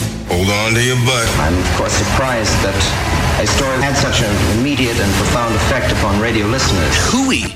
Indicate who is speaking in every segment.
Speaker 1: Hold on to your butt.
Speaker 2: I'm of course surprised that a story had such an immediate and profound effect upon radio listeners.
Speaker 3: Hooey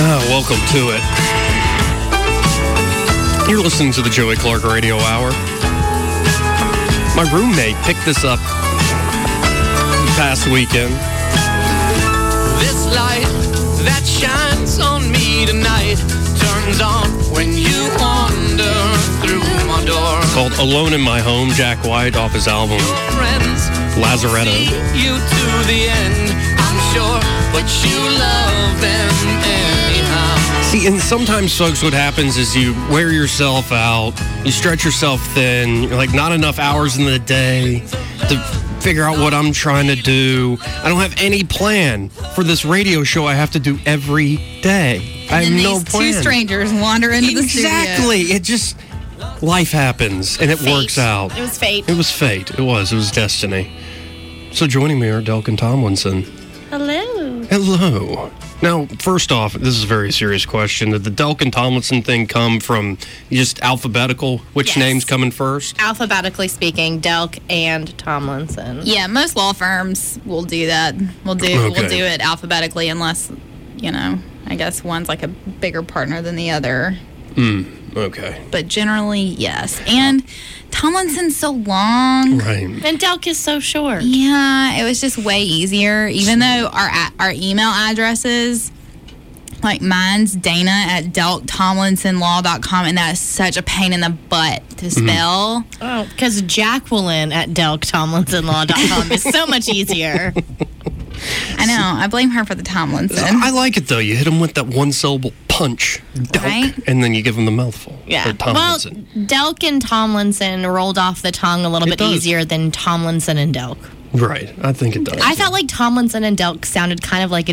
Speaker 4: Oh, welcome to it. You're listening to the Joey Clark Radio Hour. My roommate picked this up past weekend.
Speaker 5: This light that shines on me tonight turns on when you wander through my door.
Speaker 4: It's called Alone in My Home, Jack White off his album Lazaretto.
Speaker 5: you to the end, I'm sure, but you love them
Speaker 4: See, and sometimes, folks, what happens is you wear yourself out, you stretch yourself thin, you're like not enough hours in the day to figure out what I'm trying to do. I don't have any plan for this radio show I have to do every day. I have no
Speaker 6: Two
Speaker 4: plan.
Speaker 6: strangers wander into the
Speaker 4: exactly.
Speaker 6: studio.
Speaker 4: Exactly. It just life happens and it
Speaker 6: Fate.
Speaker 4: works out.
Speaker 6: It was fate.
Speaker 4: It was fate. It was. It was destiny. So joining me are Delkin Tomlinson.
Speaker 7: Hello.
Speaker 4: Hello. Now, first off, this is a very serious question. Did the Delkin Tomlinson thing come from just alphabetical? Which
Speaker 7: Yes.
Speaker 4: name's coming first?
Speaker 7: Alphabetically speaking, Delk and Tomlinson.
Speaker 6: Yeah, most law firms will do that. We'll do
Speaker 4: Okay.
Speaker 6: we'll do it alphabetically unless, you know, I guess one's like a bigger partner than the other.
Speaker 4: Mm, okay.
Speaker 6: But generally, yes. And Tomlinson's so long.
Speaker 4: Right.
Speaker 7: And Delk is so short.
Speaker 6: Yeah, it was just way easier. Even though our a- our email addresses, like mine's Dana at delktomlinsonlaw.com, and that's such a pain in the butt to
Speaker 7: Mm-hmm.
Speaker 6: spell.
Speaker 7: Oh, because Jacqueline at DelkTomlinsonLaw.com is so much easier.
Speaker 6: I know. I blame her for the Tomlinson.
Speaker 4: I like it though. You hit him with that one syllable punch, Delk,
Speaker 6: Right?
Speaker 4: and then you give him the mouthful.
Speaker 7: Yeah.
Speaker 4: The Tomlinson.
Speaker 7: Well, Delk and Tomlinson rolled off the tongue a little
Speaker 4: It
Speaker 7: bit
Speaker 4: does.
Speaker 7: easier than Tomlinson and Delk.
Speaker 4: right. I think it does.
Speaker 7: I felt like Tomlinson and Delk sounded kind of like a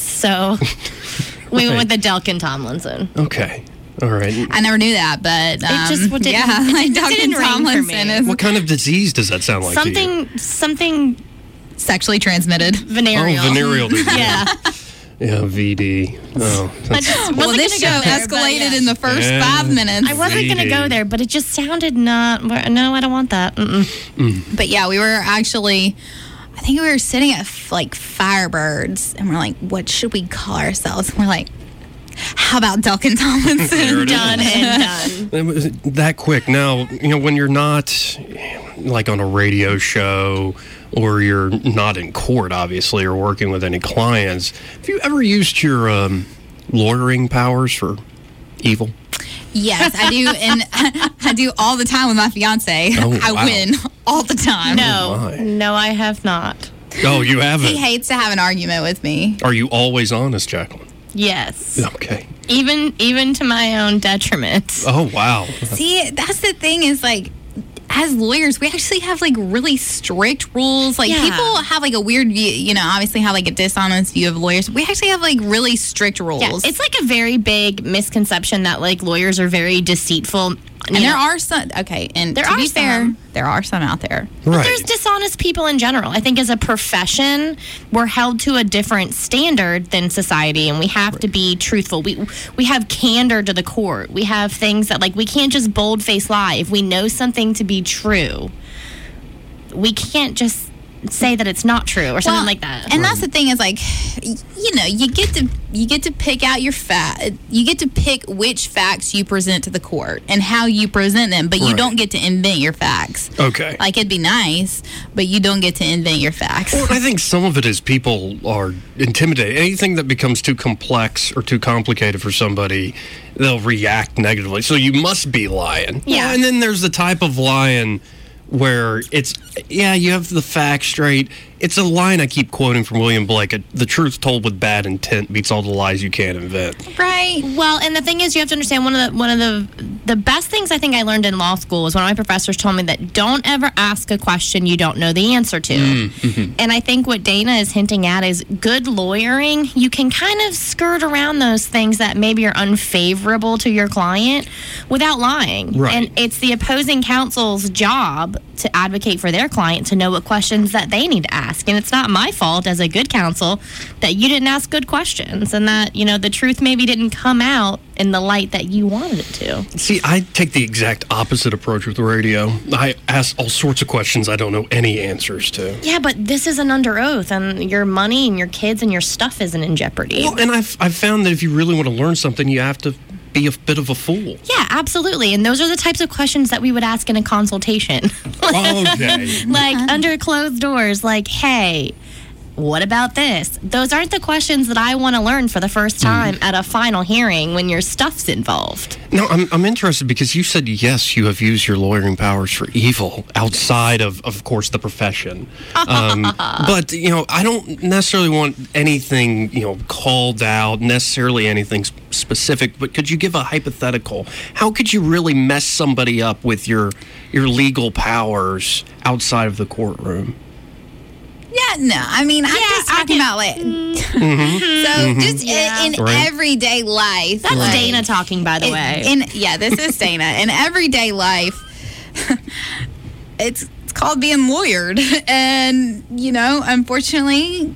Speaker 7: so we went with the Delk and Tomlinson.
Speaker 6: Um,
Speaker 4: okay. All right.
Speaker 6: I never knew that, but um,
Speaker 7: just didn't-
Speaker 6: yeah,
Speaker 7: it
Speaker 6: like
Speaker 7: just didn't
Speaker 6: Dr.
Speaker 7: ring for
Speaker 6: Tomlinson
Speaker 7: me.
Speaker 6: is
Speaker 4: What kind of disease does that sound like? To you?
Speaker 7: something, something
Speaker 6: sexually transmitted.
Speaker 7: venereal.
Speaker 4: Oh, venereal disease.
Speaker 7: yeah.
Speaker 4: Yeah, VD. Oh,
Speaker 7: I
Speaker 4: that's-
Speaker 7: just wasn't
Speaker 6: Well, this show
Speaker 7: gonna go there, but
Speaker 6: escalated
Speaker 7: yeah.
Speaker 6: in the first
Speaker 4: Yeah.
Speaker 6: five minutes.
Speaker 7: I wasn't going to go there, but it just sounded not. No, I don't want that. Mm-mm.
Speaker 6: But yeah, we were actually, I think we were sitting at f- like Firebirds, and we're like, what should we call ourselves? And we're like, how about Delkin
Speaker 4: There
Speaker 6: Tomlinson?
Speaker 4: it is.
Speaker 7: Done and done.
Speaker 4: It was that quick. Now, you know, when you're not like on a radio show or you're not in court, obviously, or working with any clients, have you ever used your um, lawyering powers for evil?
Speaker 6: yes, I do, and I do all the time with my fiance.
Speaker 4: Oh,
Speaker 6: I
Speaker 4: wow. Oh,
Speaker 6: win all the time.
Speaker 7: No,
Speaker 4: my.
Speaker 7: no, I have not.
Speaker 4: Oh, you
Speaker 6: He
Speaker 4: haven't?
Speaker 6: hates to have an argument with me.
Speaker 4: Are you always honest, Jacqueline?
Speaker 7: Yes,
Speaker 4: Okay.
Speaker 7: even even to my own detriment.
Speaker 4: Oh, wow.
Speaker 6: See, that's the thing is like as lawyers, we actually have like really strict rules. Like
Speaker 7: Yeah.
Speaker 6: people have like a weird view, you know, obviously have like a dishonest view of lawyers. We actually have like really strict rules.
Speaker 7: Yeah, it's like a very big misconception that like lawyers are very deceitful.
Speaker 6: and there are some okay, and
Speaker 7: There
Speaker 6: to
Speaker 7: are
Speaker 6: be fair,
Speaker 7: some.
Speaker 6: there are some out there.
Speaker 4: Right.
Speaker 7: There's dishonest people in general. I think as a profession, we're held to a different standard than society, and we have to be truthful. We we have candor to the court. We have things that like we can't just boldface lie. If we know something to be true, we can't just say that it's not true or something like that.
Speaker 6: And that's the thing is like, y- you know, you get to you get to pick out your fact. You get to pick which facts you present to the court and how you present them, but you
Speaker 4: Right.
Speaker 6: don't get to invent your facts.
Speaker 4: Okay.
Speaker 6: Like it'd be nice, but you don't get to invent your facts.
Speaker 4: Well, I think some of it is people are intimidated. Anything that becomes too complex or too complicated for somebody, they'll react negatively. So you must be lying.
Speaker 7: Yeah.
Speaker 4: Well, and then there's the type of lying where it's yeah, you have the facts straight. It's a line I keep quoting from William Blake: "The truth told with bad intent beats all the lies you can invent."
Speaker 7: Right. Well, and the thing is, you have to understand one of the one of the the best things I think I learned in law school was one of my professors told me that don't ever ask a question you don't know the answer to.
Speaker 4: Mm,
Speaker 7: And I think what Dana is hinting at is good lawyering. You can kind of skirt around those things that maybe are unfavorable to your client without lying.
Speaker 4: Right.
Speaker 7: And it's the opposing counsel's job to advocate for their client to know what questions that they need to ask. And it's not my fault as a good counsel that you didn't ask good questions and that, you know, the truth maybe didn't come out in the light that you wanted it to.
Speaker 4: See, I take the exact opposite approach with the radio. I ask all sorts of questions I don't know any answers to.
Speaker 7: Yeah, but this isn't under oath, and your money and your kids and your stuff isn't in jeopardy.
Speaker 4: Well, and I've, I've found that if you really want to learn something, you have to be a bit of a fool.
Speaker 7: yeah, absolutely. And those are the types of questions that we would ask in a consultation.
Speaker 4: Oh, Okay.
Speaker 7: like under closed doors, like, hey, what about this? Those aren't the questions that I want to learn for the first time at a final hearing when your stuff's involved.
Speaker 4: No, I'm, I'm interested because you said, yes, you have used your lawyering powers for evil outside of, of course, the profession. Um, but, you know, I don't necessarily want anything, you know, called out, necessarily anything s- specific, but could you give a hypothetical? How could you really mess somebody up with your, your legal powers outside of the courtroom?
Speaker 6: Yeah, no. I mean, I'm just talking about like so just i- in,
Speaker 4: Right.
Speaker 6: everyday life.
Speaker 7: That's
Speaker 6: like,
Speaker 7: Dana talking, by the
Speaker 6: in-
Speaker 7: way.
Speaker 6: In yeah, this is Dana. In everyday life, it's it's called being lawyered, and you know, unfortunately.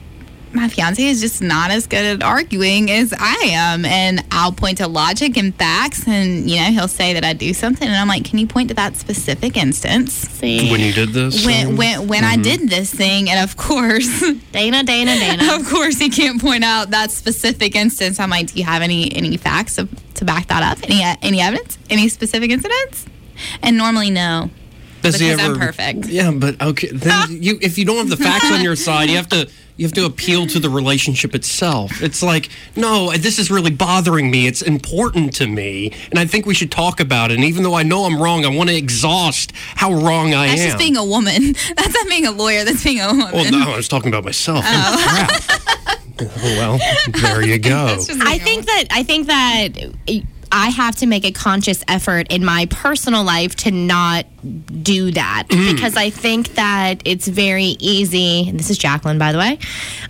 Speaker 6: My fiance is just not as good at arguing as I am. And I'll point to logic and facts. And, you know, he'll say that I do something. And I'm like, can you point to that specific instance?
Speaker 7: See,
Speaker 4: When you did this?
Speaker 6: when when, when I did this thing, and of course,
Speaker 7: Dana, Dana, Dana.
Speaker 6: of course, he can't point out that specific instance. I'm like, do you have any any facts to, to back that up? Any any evidence? Any specific incidents? And normally, no.
Speaker 4: Does he
Speaker 6: Because I'm
Speaker 4: ever-
Speaker 6: perfect.
Speaker 4: Yeah, but okay. Then you, if you don't have the facts on your side, you have to you have to appeal to the relationship itself. It's like, no, this is really bothering me. It's important to me, and I think we should talk about it. And even though I know I'm wrong, I want to exhaust how wrong I
Speaker 6: That's
Speaker 4: am.
Speaker 6: just being a woman. That's not being a lawyer. That's being a woman.
Speaker 4: well, no, I was talking about myself. Oh. Crap. Oh, well, there you go.
Speaker 6: That's just being
Speaker 7: I
Speaker 6: a
Speaker 7: think that I think that I have to make a conscious effort in my personal life to not do that because I think that it's very easy. And this is Jacqueline, by the way.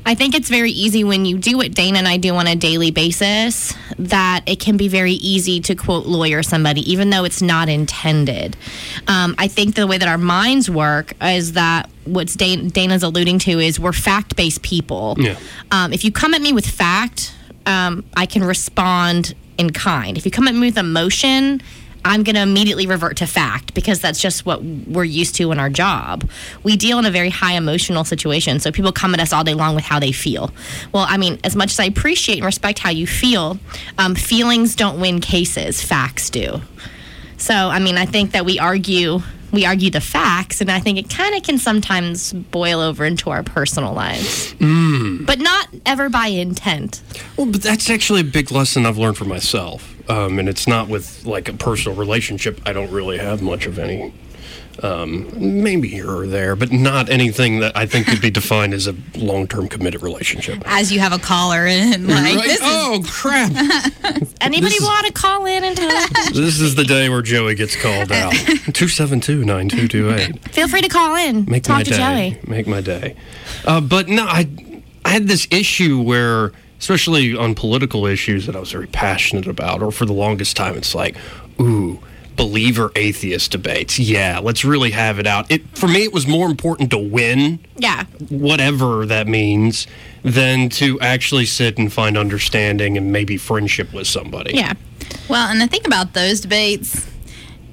Speaker 7: I think it's very easy when you do what Dana and I do on a daily basis that it can be very easy to quote lawyer somebody, even though it's not intended. Um, I think the way that our minds work is that what's Dan- Dana's alluding to is we're fact based people.
Speaker 4: Yeah.
Speaker 7: Um, if you come at me with fact, um, I can respond in kind. If you come at me with emotion, I'm going to immediately revert to fact because that's just what we're used to in our job. We deal in a very high emotional situation, so people come at us all day long with how they feel. Well, I mean, as much as I appreciate and respect how you feel, um, feelings don't win cases, facts do. So, I mean, I think that we argue. We argue the facts, and I think it kind of can sometimes boil over into our personal lives, but not ever by intent.
Speaker 4: Well, but that's actually a big lesson I've learned for myself. Um, and it's not with like a personal relationship. I don't really have much of any. Um, maybe here or there, but not anything that I think could be defined as a long term committed relationship.
Speaker 6: as you have a caller and like
Speaker 4: Right?
Speaker 6: this is
Speaker 4: oh, crap.
Speaker 7: Anybody
Speaker 4: This is-
Speaker 7: want to call in and tell us?
Speaker 4: this is the day where Joey gets called out 272 9228.
Speaker 7: Feel free to call in.
Speaker 4: Make
Speaker 7: Talk
Speaker 4: my
Speaker 7: to
Speaker 4: day.
Speaker 7: Joey.
Speaker 4: Make my day. Uh, but no, I I had this issue where, especially on political issues that I was very passionate about, or for the longest time, it's like, ooh, believer atheist debates. Yeah, let's really have it out. It for me, it was more important to win
Speaker 7: Yeah.
Speaker 4: whatever that means than to actually sit and find understanding and maybe friendship with somebody.
Speaker 7: Yeah.
Speaker 6: Well, and the thing about those debates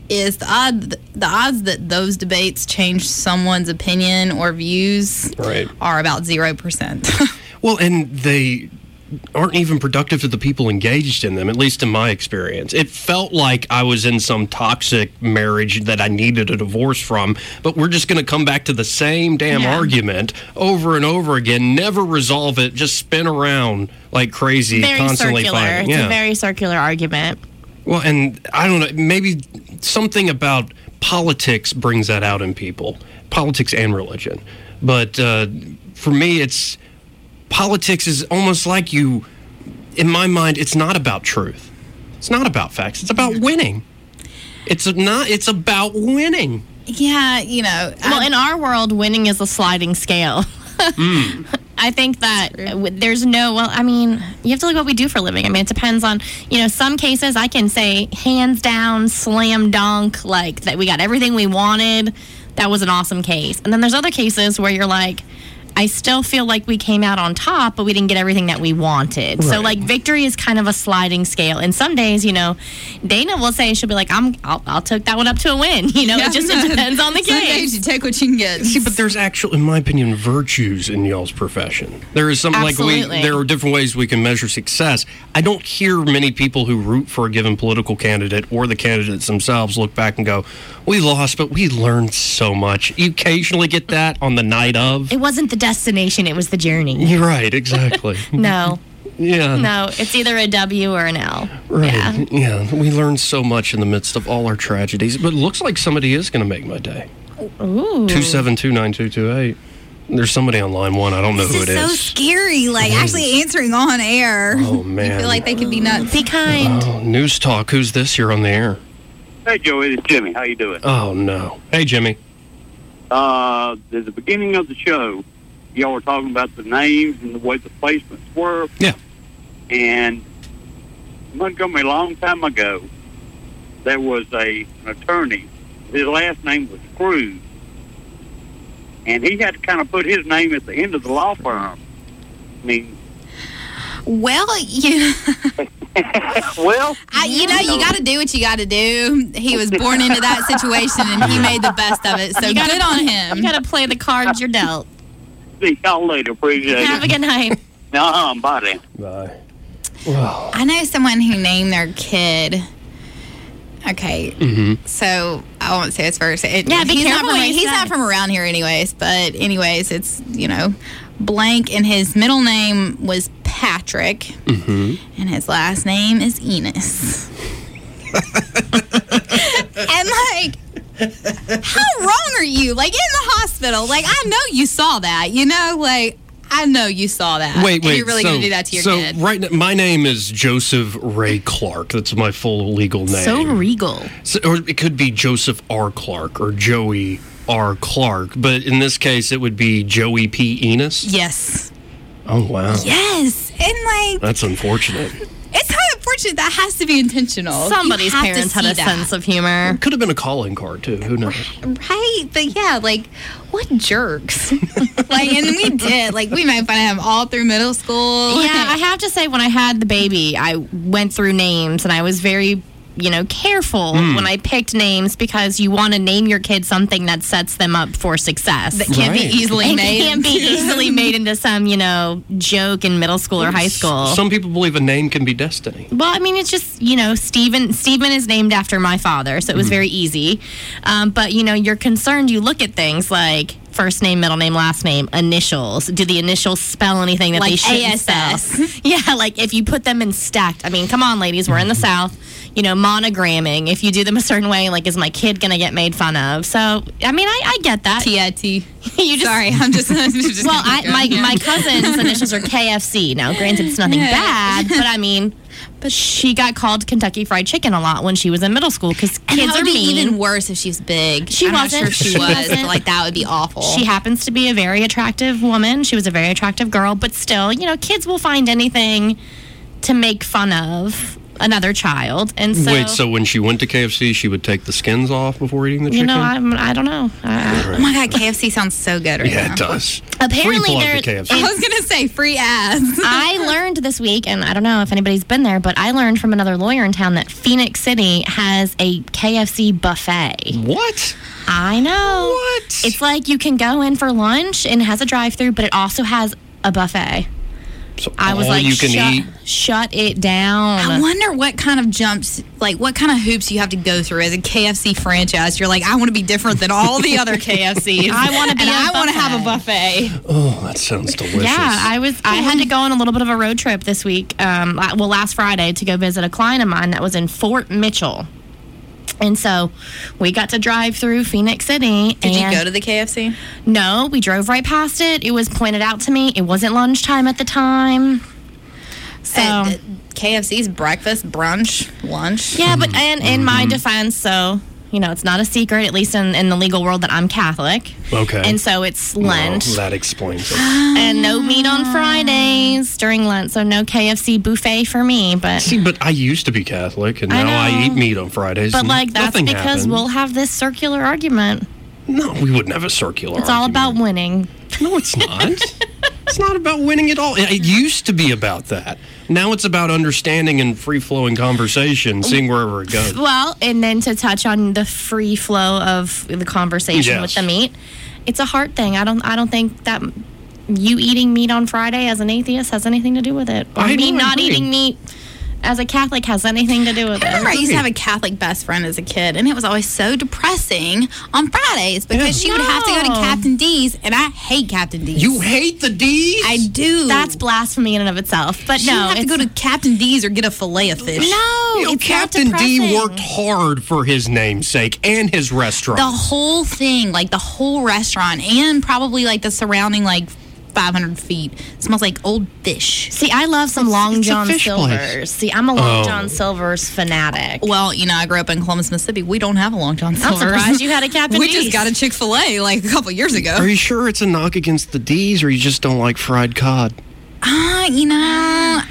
Speaker 6: is the odd the odds that those debates change someone's opinion or views
Speaker 4: Right.
Speaker 6: are about zero percent.
Speaker 4: Well, and they aren't even productive to the people engaged in them, at least in my experience. It felt like I was in some toxic marriage that I needed a divorce from, but we're just going to come back to the same damn argument over and over again, never resolve it, just spin around like crazy,
Speaker 7: Very
Speaker 4: constantly
Speaker 7: circular.
Speaker 4: fighting.
Speaker 7: It's a very circular argument.
Speaker 4: Well, and I don't know, maybe something about politics brings that out in people, politics and religion. But uh, for me, it's politics is almost like you. In my mind, it's not about truth. It's not about facts. It's about winning. It's not. It's about winning.
Speaker 6: Yeah, you know.
Speaker 7: Well, in our world, winning is a sliding scale.
Speaker 4: Mm.
Speaker 7: I think that w- there's no, well, I mean, you have to look what we do for a living. I mean, it depends on, you know, some cases I can say hands down, slam dunk, like that we got everything we wanted. That was an awesome case. And then there's other cases where you're like, I still feel like we came out on top, but we didn't get everything that we wanted. So,
Speaker 6: Right.
Speaker 7: like, victory is kind of a sliding scale. And some days, you know, Dana will say she'll be like, "I'm, I'll, I'll take that one up to a win." You know,
Speaker 6: Yeah,
Speaker 7: it just it
Speaker 6: no.
Speaker 7: depends on the
Speaker 6: Some
Speaker 7: case.
Speaker 6: days you take what you can get.
Speaker 4: See, but there's actual, in my opinion, virtues in y'all's profession. There is something like we,
Speaker 7: Absolutely.
Speaker 4: there are different ways we can measure success. I don't hear many people who root for a given political candidate or the candidates themselves look back and go, "We lost, but we learned so much." You occasionally get that on the night of.
Speaker 7: It wasn't the destination; it was the journey.
Speaker 4: You're right, exactly.
Speaker 7: No,
Speaker 4: Yeah.
Speaker 7: no, it's either a W or an L.
Speaker 4: Right. Yeah. We learned so much in the midst of all our tragedies, but it looks like somebody is going to make my day.
Speaker 7: Ooh.
Speaker 4: Two seven two nine two two eight. There's somebody on line one. I don't know who it
Speaker 6: This is so
Speaker 4: is.
Speaker 6: scary. Like
Speaker 4: It
Speaker 6: actually answering on air.
Speaker 4: Oh, man.
Speaker 6: I feel like they could be nuts.
Speaker 7: Be kind.
Speaker 4: Oh, news talk. Who's this? You're on the air.
Speaker 1: Hey, Joey, it's Jimmy. How you doing?
Speaker 4: Oh no. Hey, Jimmy.
Speaker 1: Uh, at the beginning of the show, y'all were talking about the names and the way the placements were.
Speaker 4: Yeah.
Speaker 1: And Montgomery, a long time ago, there was a an attorney. His last name was Cruz, and he had to kind of put his name at the end of the law firm. I mean,
Speaker 6: Well, you
Speaker 1: well,
Speaker 6: I, you know, you got to do what you got to do. He was born into that situation, and he made the best of it. So
Speaker 7: You gotta
Speaker 6: good on
Speaker 7: play-
Speaker 6: him.
Speaker 7: You got to play the cards you're dealt.
Speaker 1: see y'all later. Appreciate
Speaker 7: Have a
Speaker 1: it.
Speaker 7: good night.
Speaker 1: No, I'm bye then.
Speaker 4: Bye. Wow.
Speaker 6: I know someone who named their kid. Okay,
Speaker 4: Mm-hmm.
Speaker 6: so I won't say his first. It,
Speaker 7: Yeah, be
Speaker 6: he's
Speaker 7: careful
Speaker 6: not from
Speaker 7: what you
Speaker 6: he's
Speaker 7: say.
Speaker 6: not from around here, anyways. But anyways, it's you know blank, and his middle name was Patrick,
Speaker 4: Mm-hmm.
Speaker 6: and his last name is Enos. and like. How wrong are you? Like in the hospital. Like I know you saw that. You know, like I know you saw that.
Speaker 4: Wait,
Speaker 6: And
Speaker 4: wait.
Speaker 6: You're really
Speaker 4: so,
Speaker 6: gonna do that to your
Speaker 4: so
Speaker 6: kid?
Speaker 4: right now, my name is Joseph Ray Clark. That's my full legal name.
Speaker 7: So regal.
Speaker 4: So, or it could be Joseph R. Clark or Joey R. Clark, but in this case, it would be Joey P. Enos.
Speaker 6: Yes.
Speaker 4: Oh wow,
Speaker 6: Yes. And like
Speaker 4: that's unfortunate.
Speaker 6: it's not unfortunate. That has to be intentional. You
Speaker 7: Somebody's
Speaker 6: have to
Speaker 7: parents had
Speaker 6: see
Speaker 7: a
Speaker 6: that.
Speaker 7: sense of humor.
Speaker 4: Could have been a calling card too. Who knows?
Speaker 6: Right. But yeah, like what jerks. like and we did. Like we made fun of him all through middle school.
Speaker 7: Yeah, I have to say, when I had the baby, I went through names and I was very, you know, careful when I picked names because you want to name your kid something that sets them up for success.
Speaker 6: That can't
Speaker 4: Right.
Speaker 6: be easily
Speaker 7: It
Speaker 6: made.
Speaker 7: can't be easily made into some, you know, joke in middle school or high school.
Speaker 4: Some people believe a name can be destiny.
Speaker 7: Well, I mean, it's just you know, Stephen. Stephen is named after my father, so it
Speaker 6: Mm-hmm.
Speaker 7: was very easy. Um, but you know, you're concerned. You look at things like first name, middle name, last name, initials. Do the initials spell anything that they
Speaker 6: Like
Speaker 7: shouldn't spell?
Speaker 6: ASS.
Speaker 7: yeah, like if you put them in stacked. I mean, come on, ladies, we're in
Speaker 6: Mm-hmm.
Speaker 7: the South. You know, monogramming. If you do them a certain way, like is my kid gonna get made fun of? So, I mean, I, I get that.
Speaker 6: T-I-T.
Speaker 7: you just
Speaker 6: Sorry, I'm just, I'm just
Speaker 7: well,
Speaker 6: gonna
Speaker 7: I,
Speaker 6: keep
Speaker 7: my,
Speaker 6: going.
Speaker 7: my cousin's initials are KFC. Now, granted, it's nothing bad, but I mean, but she got called Kentucky Fried Chicken a lot when she was in middle school because
Speaker 6: And
Speaker 7: kids
Speaker 6: that would
Speaker 7: are
Speaker 6: be
Speaker 7: mean.
Speaker 6: even worse if she's big.
Speaker 7: She
Speaker 6: I'm
Speaker 7: wasn't.
Speaker 6: Not sure if she,
Speaker 7: She
Speaker 6: was.
Speaker 7: wasn't.
Speaker 6: but, like that would be awful.
Speaker 7: she happens to be a very attractive woman. She was a very attractive girl, but still, you know, kids will find anything to make fun of another child. And so,
Speaker 4: Wait, so when she went to KFC, she would take the skins off before eating the
Speaker 7: you
Speaker 4: chicken?
Speaker 7: know, I'm, I don't know. I-
Speaker 6: oh my god, KFC sounds so good right
Speaker 4: yeah,
Speaker 6: now.
Speaker 4: it does.
Speaker 7: apparently,
Speaker 4: Free plug
Speaker 7: there.
Speaker 4: to KFC.
Speaker 6: I was gonna say free ass.
Speaker 7: I learned this week, and I don't know if anybody's been there, but I learned from another lawyer in town that Phoenix City has a KFC buffet.
Speaker 4: What?
Speaker 7: I know.
Speaker 4: What?
Speaker 7: It's like you can go in for lunch and it has a drive through, but it also has a buffet.
Speaker 4: So
Speaker 7: I was
Speaker 4: all
Speaker 7: like,
Speaker 4: you can
Speaker 7: shut,
Speaker 4: eat.
Speaker 7: shut it down.
Speaker 6: I wonder what kind of jumps, like what kind of hoops you have to go through as a KFC franchise. You're like, I want to be different than all the other KFCs.
Speaker 7: I wanna be
Speaker 6: And
Speaker 7: a
Speaker 6: I want to have a buffet.
Speaker 4: Oh, that sounds delicious.
Speaker 7: Yeah, I was. I had to go on a little bit of a road trip this week. Um, la- well, last Friday to go visit a client of mine that was in Fort Mitchell, And so we got to drive through Phoenix City.
Speaker 6: Did you
Speaker 7: and-
Speaker 6: go to the KFC?
Speaker 7: No, we drove right past it. It was pointed out to me. It wasn't lunchtime at the time. So
Speaker 6: At KFC's breakfast, brunch, lunch.
Speaker 7: yeah, but and in
Speaker 4: Mm-hmm.
Speaker 7: my defense, so you know, it's not a secret, at least in, in the legal world, that I'm Catholic.
Speaker 4: Okay.
Speaker 7: And so it's Lent.
Speaker 4: that explains it.
Speaker 7: and no meat on Fridays during Lent, so no KFC buffet for me. But
Speaker 4: See, but I used to be Catholic, and
Speaker 7: I
Speaker 4: now I,
Speaker 7: know.
Speaker 4: eat meat on Fridays.
Speaker 7: but
Speaker 4: and
Speaker 7: like that's
Speaker 4: nothing
Speaker 7: because
Speaker 4: happened.
Speaker 7: we'll have this circular argument.
Speaker 4: No, we wouldn't have a circular.
Speaker 7: It's all about winning.
Speaker 4: No, it's not. it's not about winning at all. It, it used to be about that. Now it's about understanding and free flowing conversation, seeing wherever it goes.
Speaker 7: Oh, Well, and then to touch on the free flow of the conversation
Speaker 4: Yes.
Speaker 7: with the meat, it's a hard thing. I don't I don't think that you eating meat on Friday as an atheist has anything to do with it. Or
Speaker 6: I
Speaker 7: me
Speaker 6: know, I
Speaker 7: not
Speaker 6: agree.
Speaker 7: eating meat as a Catholic has anything to do with it.
Speaker 6: I remember I used to have a Catholic best friend as a kid, and it was always so depressing on Fridays because she would have to go to
Speaker 7: No.
Speaker 6: Captain D's, and I hate Captain D's.
Speaker 7: You
Speaker 4: hate the D's?
Speaker 6: I do.
Speaker 7: That's blasphemy in and of itself. But
Speaker 6: She'd
Speaker 7: no,
Speaker 6: have to go to Captain D's or get a fillet of fish.
Speaker 7: No,
Speaker 4: You know,
Speaker 6: it's not
Speaker 4: Captain D
Speaker 6: depressing.
Speaker 4: worked hard for his namesake and his restaurant.
Speaker 6: the whole thing, like the whole restaurant, and probably like the surrounding like 500 feet, smells like old fish.
Speaker 7: See, I love some Long John Silver's. See, I'm a Long
Speaker 6: Oh.
Speaker 7: John Silver's fanatic.
Speaker 6: Well, you know, I grew up in Columbus, Mississippi. We don't have a Long John Silver's.
Speaker 7: surprised you had a Captain
Speaker 6: We
Speaker 7: D's.
Speaker 6: just got a Chick Fil A like a couple years ago.
Speaker 4: Are you sure it's a knock against the D's, or you just don't like fried cod?
Speaker 6: Uh, you know, I,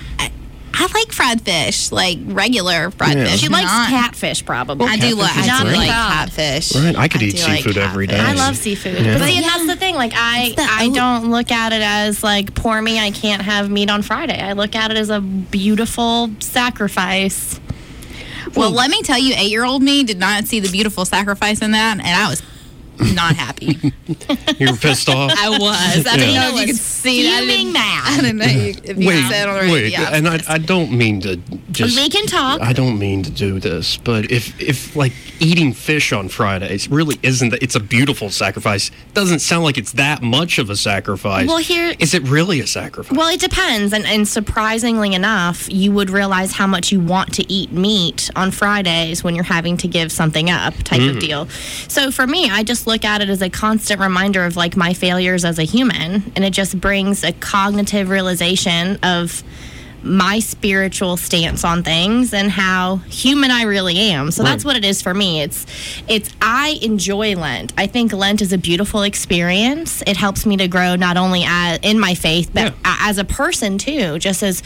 Speaker 6: I like fried fish, like regular fried
Speaker 4: Yeah.
Speaker 6: fish.
Speaker 4: She
Speaker 7: likes
Speaker 6: catfish,
Speaker 7: probably.
Speaker 6: I do,
Speaker 4: Catfish
Speaker 6: lo-
Speaker 4: is
Speaker 6: I do
Speaker 4: great.
Speaker 6: like catfish.
Speaker 4: Right, I could
Speaker 6: I
Speaker 4: eat
Speaker 6: do like
Speaker 4: seafood every day.
Speaker 7: I love seafood.
Speaker 4: Yeah.
Speaker 7: But see, and that's the thing. Like, I I don't look at it as like poor me. I can't have meat on Friday. I look at it as a beautiful sacrifice.
Speaker 6: Well, let me tell you, eight year old me did not see the beautiful sacrifice in that, and I was not happy.
Speaker 4: You're pissed off.
Speaker 6: I was. I didn't
Speaker 4: Yeah.
Speaker 6: know if you could see that. I didn't, I didn't know you, if you
Speaker 4: Wait,
Speaker 6: could say it on the
Speaker 4: wait,
Speaker 6: radio.
Speaker 4: and I, I don't mean to just.
Speaker 7: We can talk.
Speaker 4: I don't mean to do this, but if if like eating fish on Fridays really isn't, that it's a beautiful sacrifice. Doesn't sound like it's that much of a sacrifice.
Speaker 7: Well, here-
Speaker 4: is it really a sacrifice?
Speaker 7: Well, it depends. And, and surprisingly enough, you would realize how much you want to eat meat on Fridays when you're having to give something up type
Speaker 6: Mm.
Speaker 7: of deal. So for me, I just look at it as a constant reminder of like my failures as a human. And it just brings a cognitive realization of my spiritual stance on things and how human I really am. So that's
Speaker 6: Right.
Speaker 7: what it is for me. It's it's I enjoy Lent. I think Lent is a beautiful experience. It helps me to grow not only as, in my faith but a- as a person too, just as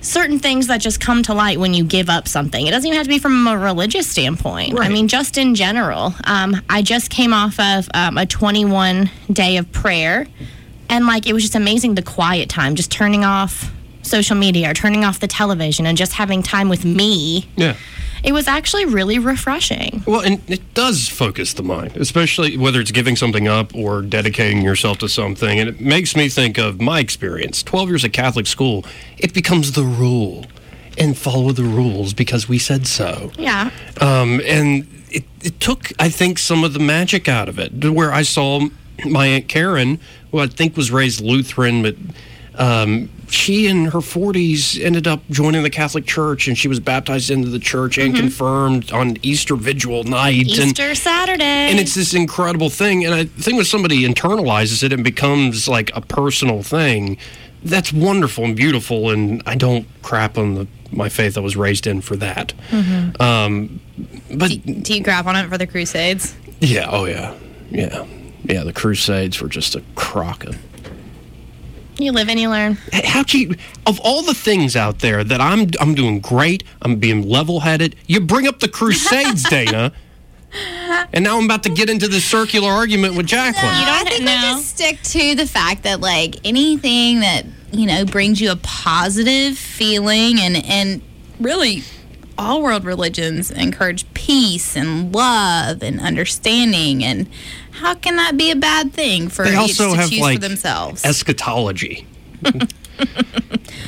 Speaker 7: certain things that just come to light when you give up something. It doesn't even have to be from a religious standpoint. I mean, just in general. Um, I just came off of um, a 21 day of prayer, and like it was just amazing the quiet time, just turning off social media or turning off the television and just having time with me.
Speaker 4: yeah.
Speaker 7: It was actually really refreshing.
Speaker 4: Well, and it does focus the mind, especially whether it's giving something up or dedicating yourself to something. And it makes me think of my experience 12 years at Catholic school, it becomes the rule and follow the rules because we said so.
Speaker 7: Yeah.
Speaker 4: Um, and it, it took, I think, some of the magic out of it, to where I saw my Aunt Karen, who I think was raised Lutheran, but um, she in her 40s ended up joining the Catholic Church and she was baptized into the church and confirmed on Easter Vigil night. and,
Speaker 7: Easter Saturday.
Speaker 4: and it's this incredible thing. And I think when somebody internalizes it and becomes like a personal thing, that's wonderful and beautiful. And I don't crap on the, my faith I was raised in for that. Um, but
Speaker 6: Do you grab on it for the Crusades?
Speaker 4: yeah, oh yeah, yeah, yeah. The Crusades were just a crock of.
Speaker 7: You live and you learn.
Speaker 4: How do you? Of all the things out there that I'm, I'm doing great. I'm being level-headed. You bring up the Crusades, Dana, and now I'm about to get into this circular argument with Jacqueline.
Speaker 6: I think we just stick to the fact that like anything that you know brings you a positive feeling and and really all world religions encourage peace and love and understanding and how can that be a bad thing for
Speaker 4: they
Speaker 6: each
Speaker 4: also
Speaker 6: to
Speaker 4: have
Speaker 6: choose
Speaker 4: like
Speaker 6: for themselves?
Speaker 4: eschatology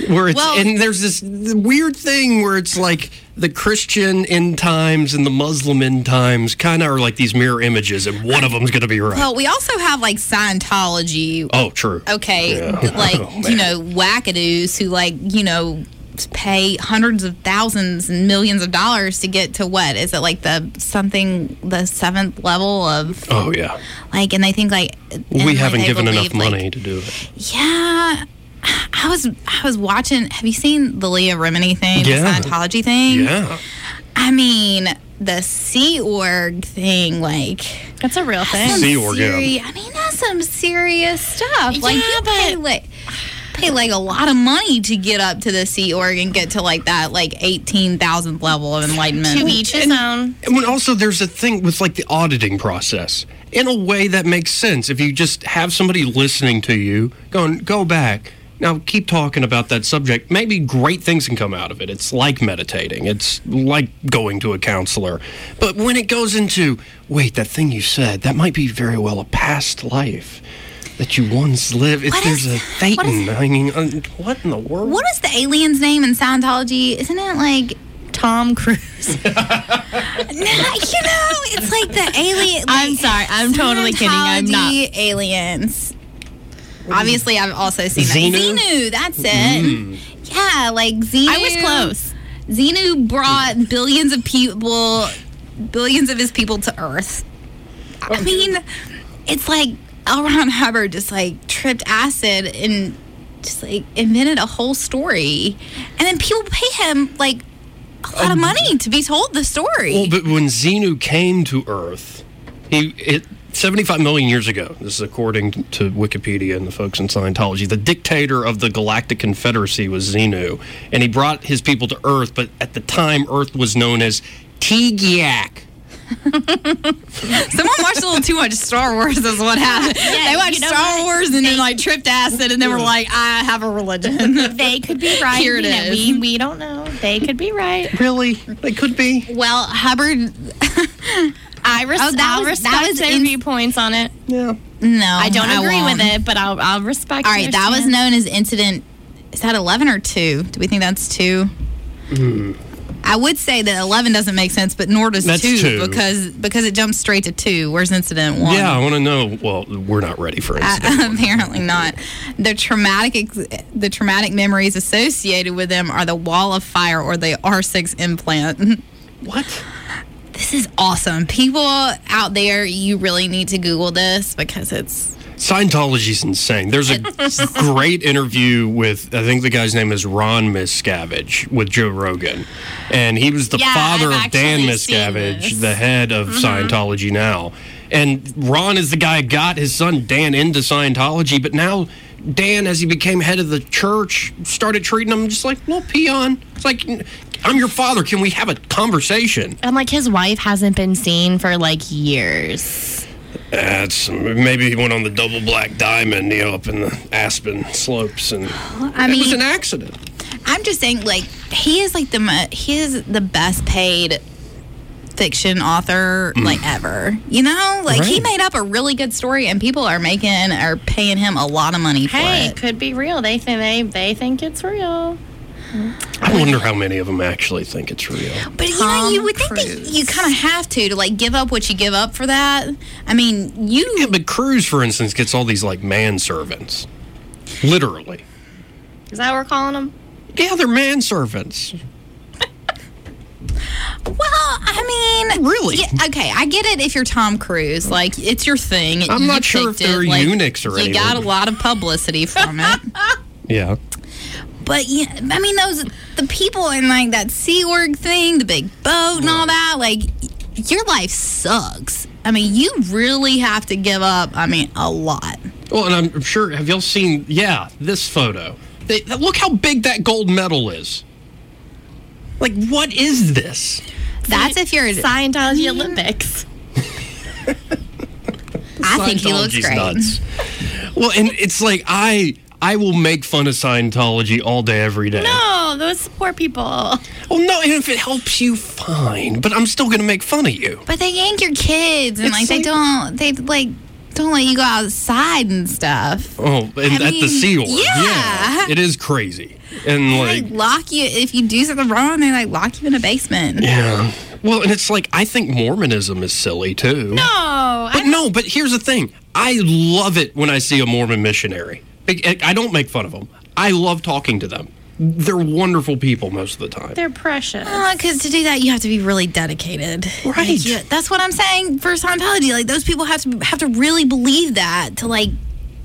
Speaker 4: where it's and there's this weird thing where it's like the christian end times and the muslim end times kind of are like these mirror images and one of them's going to be right
Speaker 6: Well, we also have like Scientology.
Speaker 4: oh true
Speaker 6: Okay,
Speaker 4: Yeah.
Speaker 6: like
Speaker 4: Oh,
Speaker 6: you know wackadoos who like you know
Speaker 7: pay hundreds of thousands and millions of dollars to get to what is it like the something the seventh level of
Speaker 4: Oh yeah,
Speaker 7: like and they think like
Speaker 4: we
Speaker 7: and,
Speaker 4: haven't
Speaker 7: like, they
Speaker 4: given enough
Speaker 7: believe, like,
Speaker 4: money to do it.
Speaker 7: yeah, I was I was watching. Have you seen the Leah Remini thing,
Speaker 4: Yeah.
Speaker 7: the Scientology thing?
Speaker 4: Yeah.
Speaker 7: I mean, the Sea Org thing, like
Speaker 8: that's a real thing.
Speaker 4: Sea Org, yeah.
Speaker 7: I mean, that's some serious stuff. Like you pay like pay like a lot of money to get up to the Sea Org and get to like that like eighteen thousandth level of enlightenment.
Speaker 8: To each his own.
Speaker 4: And when also there's a thing with like the auditing process. In a way that makes sense if you just have somebody listening to you going, go back. Now keep talking about that subject. Maybe great things can come out of it. It's like meditating. It's like going to a counselor. But when it goes into, wait, that thing you said, that might be very well a past life that you once lived. It's, there's a Thetan hanging on. What in the world?
Speaker 7: What is the alien's name in Scientology? Isn't it like
Speaker 8: Tom Cruise?
Speaker 7: Nah, you know, it's like the alien.
Speaker 8: I'm sorry. I'm totally kidding. I'm not.
Speaker 7: Scientology aliens. Obviously, I've also seen that.
Speaker 8: Xenu?
Speaker 7: Xenu, that's it. Yeah, like Xenu.
Speaker 8: I was close.
Speaker 7: Xenu brought billions of people, billions of his people to Earth. I mean, it's like L. Ron Hubbard just like tripped acid and just like invented a whole story. And then people pay him like a lot of money to be told the story.
Speaker 4: Well, but when Xenu came to Earth, he it 75 million years ago. This is according to Wikipedia and the folks in Scientology. The dictator of the Galactic Confederacy was Xenu, and he brought his people to Earth. But at the time, Earth was known as Tigyak.
Speaker 7: Someone watched a little too much Star Wars. Is what happened.
Speaker 8: Yeah,
Speaker 7: they watched
Speaker 8: you know
Speaker 7: Star
Speaker 8: what?
Speaker 7: Wars and then like tripped acid, and then were like, "I have a religion."
Speaker 8: They could be right.
Speaker 7: Here
Speaker 8: you
Speaker 7: it
Speaker 8: know,
Speaker 7: is.
Speaker 8: We, we don't know. They could be right.
Speaker 4: Really, they could be.
Speaker 7: well, Hubbard.
Speaker 8: I res-
Speaker 7: Oh, that
Speaker 8: I'll
Speaker 7: was-
Speaker 8: respect
Speaker 7: that was
Speaker 8: their
Speaker 7: in-
Speaker 8: viewpoints on it.
Speaker 4: Yeah.
Speaker 7: No,
Speaker 8: I don't agree
Speaker 7: won't.
Speaker 8: with it, but I'll, I'll respect.
Speaker 7: All right,
Speaker 8: their
Speaker 7: that was
Speaker 8: stance.
Speaker 7: known as incident. Is that eleven or two? Do we think that's two? I would say that eleven doesn't make sense, but nor does
Speaker 4: That's
Speaker 7: two,
Speaker 4: two.
Speaker 7: because because it jumps straight to two. Where's incident one?
Speaker 4: Yeah, I want to know. Well, we're not ready for
Speaker 7: Uh,
Speaker 4: incident. one.
Speaker 7: apparently not. The traumatic ex- the traumatic memories associated with them are the wall of fire or the R6 implant.
Speaker 4: What?
Speaker 7: This is awesome. People out there, you really need to Google this because it's
Speaker 4: Scientology's insane. There's a great interview with I think the guy's name is Ron Miscavige with Joe Rogan, and he was the
Speaker 8: Yeah,
Speaker 4: father
Speaker 8: I've
Speaker 4: of Dan
Speaker 8: actually seen
Speaker 4: Miscavige,
Speaker 8: this. Mm-hmm.
Speaker 4: the head of Scientology now. And Ron is the guy who got his son Dan into Scientology, but now Dan, as he became head of the church, started treating him just like little peon. It's like I'm your father. Can we have a conversation?
Speaker 8: And like his wife hasn't been seen for like years.
Speaker 4: That's maybe he went on the double black diamond, you know, up in the Aspen slopes, and
Speaker 7: I mean-
Speaker 4: it was an accident.
Speaker 7: I'm just saying like he is like the mo- he is the best paid fiction author like ever. You know? Like he
Speaker 4: Mm. Right.
Speaker 7: made up a really good story and people are making are paying him a lot of money for
Speaker 8: Hey,
Speaker 7: it.
Speaker 8: could be real. They think they they think it's real.
Speaker 4: I wonder how many of them actually think it's real.
Speaker 7: But you know, you would think that you kind of have to to like give up what you give up for that. I mean, you
Speaker 4: Yeah, but Cruz, for instance, gets all these like manservants, literally.
Speaker 8: Is that what we're calling them?
Speaker 4: Yeah, they're manservants.
Speaker 7: well, I mean,
Speaker 4: Really?
Speaker 7: yeah, okay, I get it. If you're Tom Cruise, like it's your thing.
Speaker 4: I'm
Speaker 7: you
Speaker 4: not sure if
Speaker 7: picked it,
Speaker 4: they're
Speaker 7: like,
Speaker 4: eunuchs or
Speaker 7: You got a
Speaker 4: anything.
Speaker 7: lot of publicity from it.
Speaker 4: Yeah.
Speaker 7: But yeah, I mean, those the people in like that Sea Org thing, the big boat and all that. Like, your life sucks. I mean, you really have to give up. I mean, a lot.
Speaker 4: Well, and I'm sure. Have y'all seen? Yeah, this photo. They, look how big that gold medal is. Like, what is this?
Speaker 7: That's if you're.
Speaker 8: Scientology Olympics.
Speaker 7: I think he looks
Speaker 4: Scientology's
Speaker 7: great.
Speaker 4: nuts. Well, and it's like I I will make fun of Scientology all day every day.
Speaker 8: No, Oh, those poor people.
Speaker 4: Well, no, and if it helps you, fine. But I'm still gonna make fun of you.
Speaker 7: But they yank your kids and
Speaker 4: It's
Speaker 7: like, they
Speaker 4: like-
Speaker 7: don't they like don't let you go outside and stuff.
Speaker 4: Oh, and at the
Speaker 7: mean,
Speaker 4: Sea Org,
Speaker 7: yeah.
Speaker 4: it is crazy. And
Speaker 7: They
Speaker 4: like,
Speaker 7: like lock you if you do something wrong, they like lock you in a basement.
Speaker 4: yeah. Well, and it's like I think Mormonism is silly too.
Speaker 8: No,
Speaker 4: But no, but here's the thing. I love it when I see a Mormon missionary. I I don't make fun of them. I love talking to them. they're wonderful people most of the time.
Speaker 9: They're precious.
Speaker 7: Because Uh, to do that, you have to be really dedicated.
Speaker 4: Right.
Speaker 7: Like, you- that's what I'm saying for Scientology. Like those people have to have to really believe that to like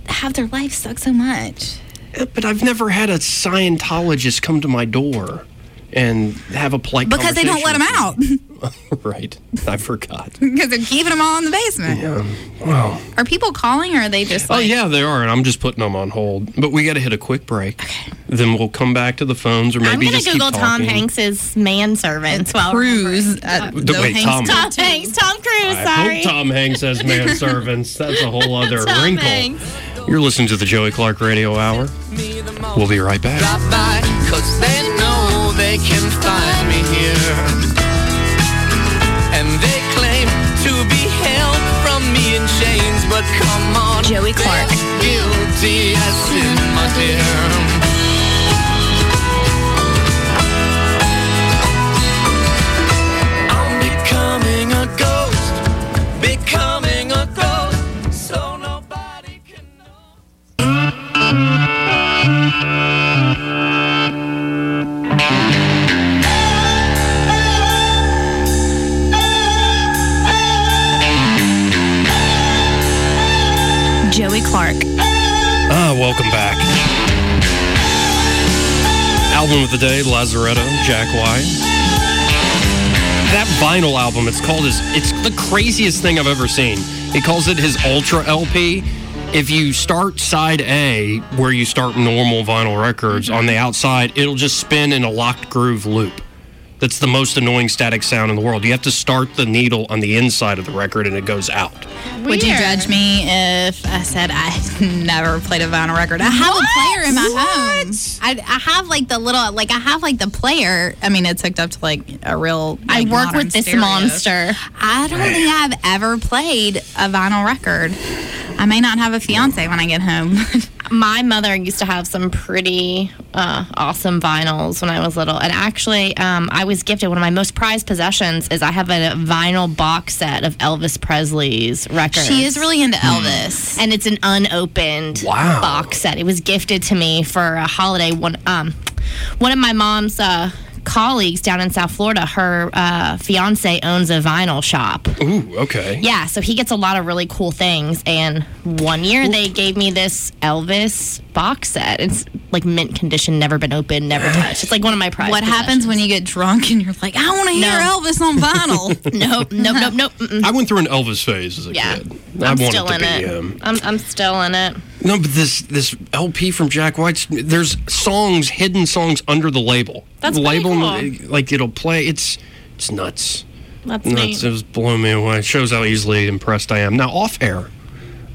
Speaker 7: have their life suck so much.
Speaker 4: Uh, But I've never had a Scientologist come to my door and have a polite
Speaker 7: Because they don't let them out.
Speaker 4: out. right. I forgot.
Speaker 7: Because they're keeping them all in the basement.
Speaker 4: Yeah. Wow.
Speaker 7: Are people calling or are they just
Speaker 4: Oh
Speaker 7: like,
Speaker 4: yeah, they are, and I'm just putting them on hold. But we got to hit a quick break. Then we'll come back to the phones, or maybe
Speaker 9: I'm gonna
Speaker 4: just keep
Speaker 9: Google Tom
Speaker 4: talking.
Speaker 9: Hanks's manservants while
Speaker 7: Cruise at
Speaker 4: The- wait, Tom-
Speaker 9: Tom Hanks, Tom Cruise.
Speaker 4: I
Speaker 9: sorry.
Speaker 4: hope Tom Hanks has manservants. That's a whole other
Speaker 9: Tom
Speaker 4: wrinkle.
Speaker 9: Hanks.
Speaker 4: You're listening to the Joey Clark Radio Hour. We'll be right back.
Speaker 10: Drop by, cause they know they can find me here. And they claim to be held from me in chains, but come on.
Speaker 6: Joey Clark.
Speaker 10: they're Guilty as sin, my dear. I'm becoming a ghost, becoming a ghost, Oh, so nobody can
Speaker 6: Joey Clark.
Speaker 4: Ah, welcome back. Album of the day, Lazaretto, Jack White. That vinyl album, it's called his it's the craziest thing I've ever seen. He calls it his ultra LP. If you start side A, where you start normal vinyl records, on the outside, it'll just spin in a locked groove loop. That's the most annoying static sound in the world. You have to start the needle on the inside of the record and it goes out.
Speaker 7: Would you judge me if I said I've never played a vinyl record? I have a player in my home. I, I have like the little, like I have like the player. I mean, it's hooked up to like a real.
Speaker 9: I
Speaker 7: like,
Speaker 9: work
Speaker 7: modern
Speaker 9: with this
Speaker 7: stereo.
Speaker 9: monster.
Speaker 7: I don't think I've ever played a vinyl record. I may not have a fiance when I get home.
Speaker 9: My mother used to have some pretty uh, awesome vinyls when I was little, and actually, um, I was gifted one of my most prized possessions. Is I have a vinyl box set of Elvis Presley's records. Hmm.
Speaker 7: she is really into Elvis.
Speaker 9: and it's an unopened
Speaker 4: Wow.
Speaker 9: box set. It was gifted to me for a holiday. One um, one of my mom's uh, colleagues down in South Florida, her uh, fiance owns a vinyl shop.
Speaker 4: Ooh, okay.
Speaker 9: Yeah, so he gets a lot of really cool things. And one year they gave me this Elvis box set. It's like mint condition, never been opened, never touched. It's like one of my prized.
Speaker 7: What happens when you get drunk and you're like, I want to hear
Speaker 9: No.
Speaker 7: Elvis on vinyl?
Speaker 9: Nope, nope, nope, nope. Mm-mm.
Speaker 4: I went through an Elvis phase as a
Speaker 9: Yeah,
Speaker 4: kid. I
Speaker 9: I'm
Speaker 4: wanted
Speaker 9: still
Speaker 4: to
Speaker 9: in
Speaker 4: be um,
Speaker 9: it.
Speaker 4: him.
Speaker 9: I'm I'm still in it.
Speaker 4: No, but this this LP from Jack White's there's songs, hidden songs under the label.
Speaker 9: That's
Speaker 4: the
Speaker 9: pretty
Speaker 4: label
Speaker 9: cool.
Speaker 4: like it'll play. It's it's nuts.
Speaker 9: That's
Speaker 4: Nuts.
Speaker 9: neat.
Speaker 4: It was blowing me away. It shows how easily impressed I am. Now off air.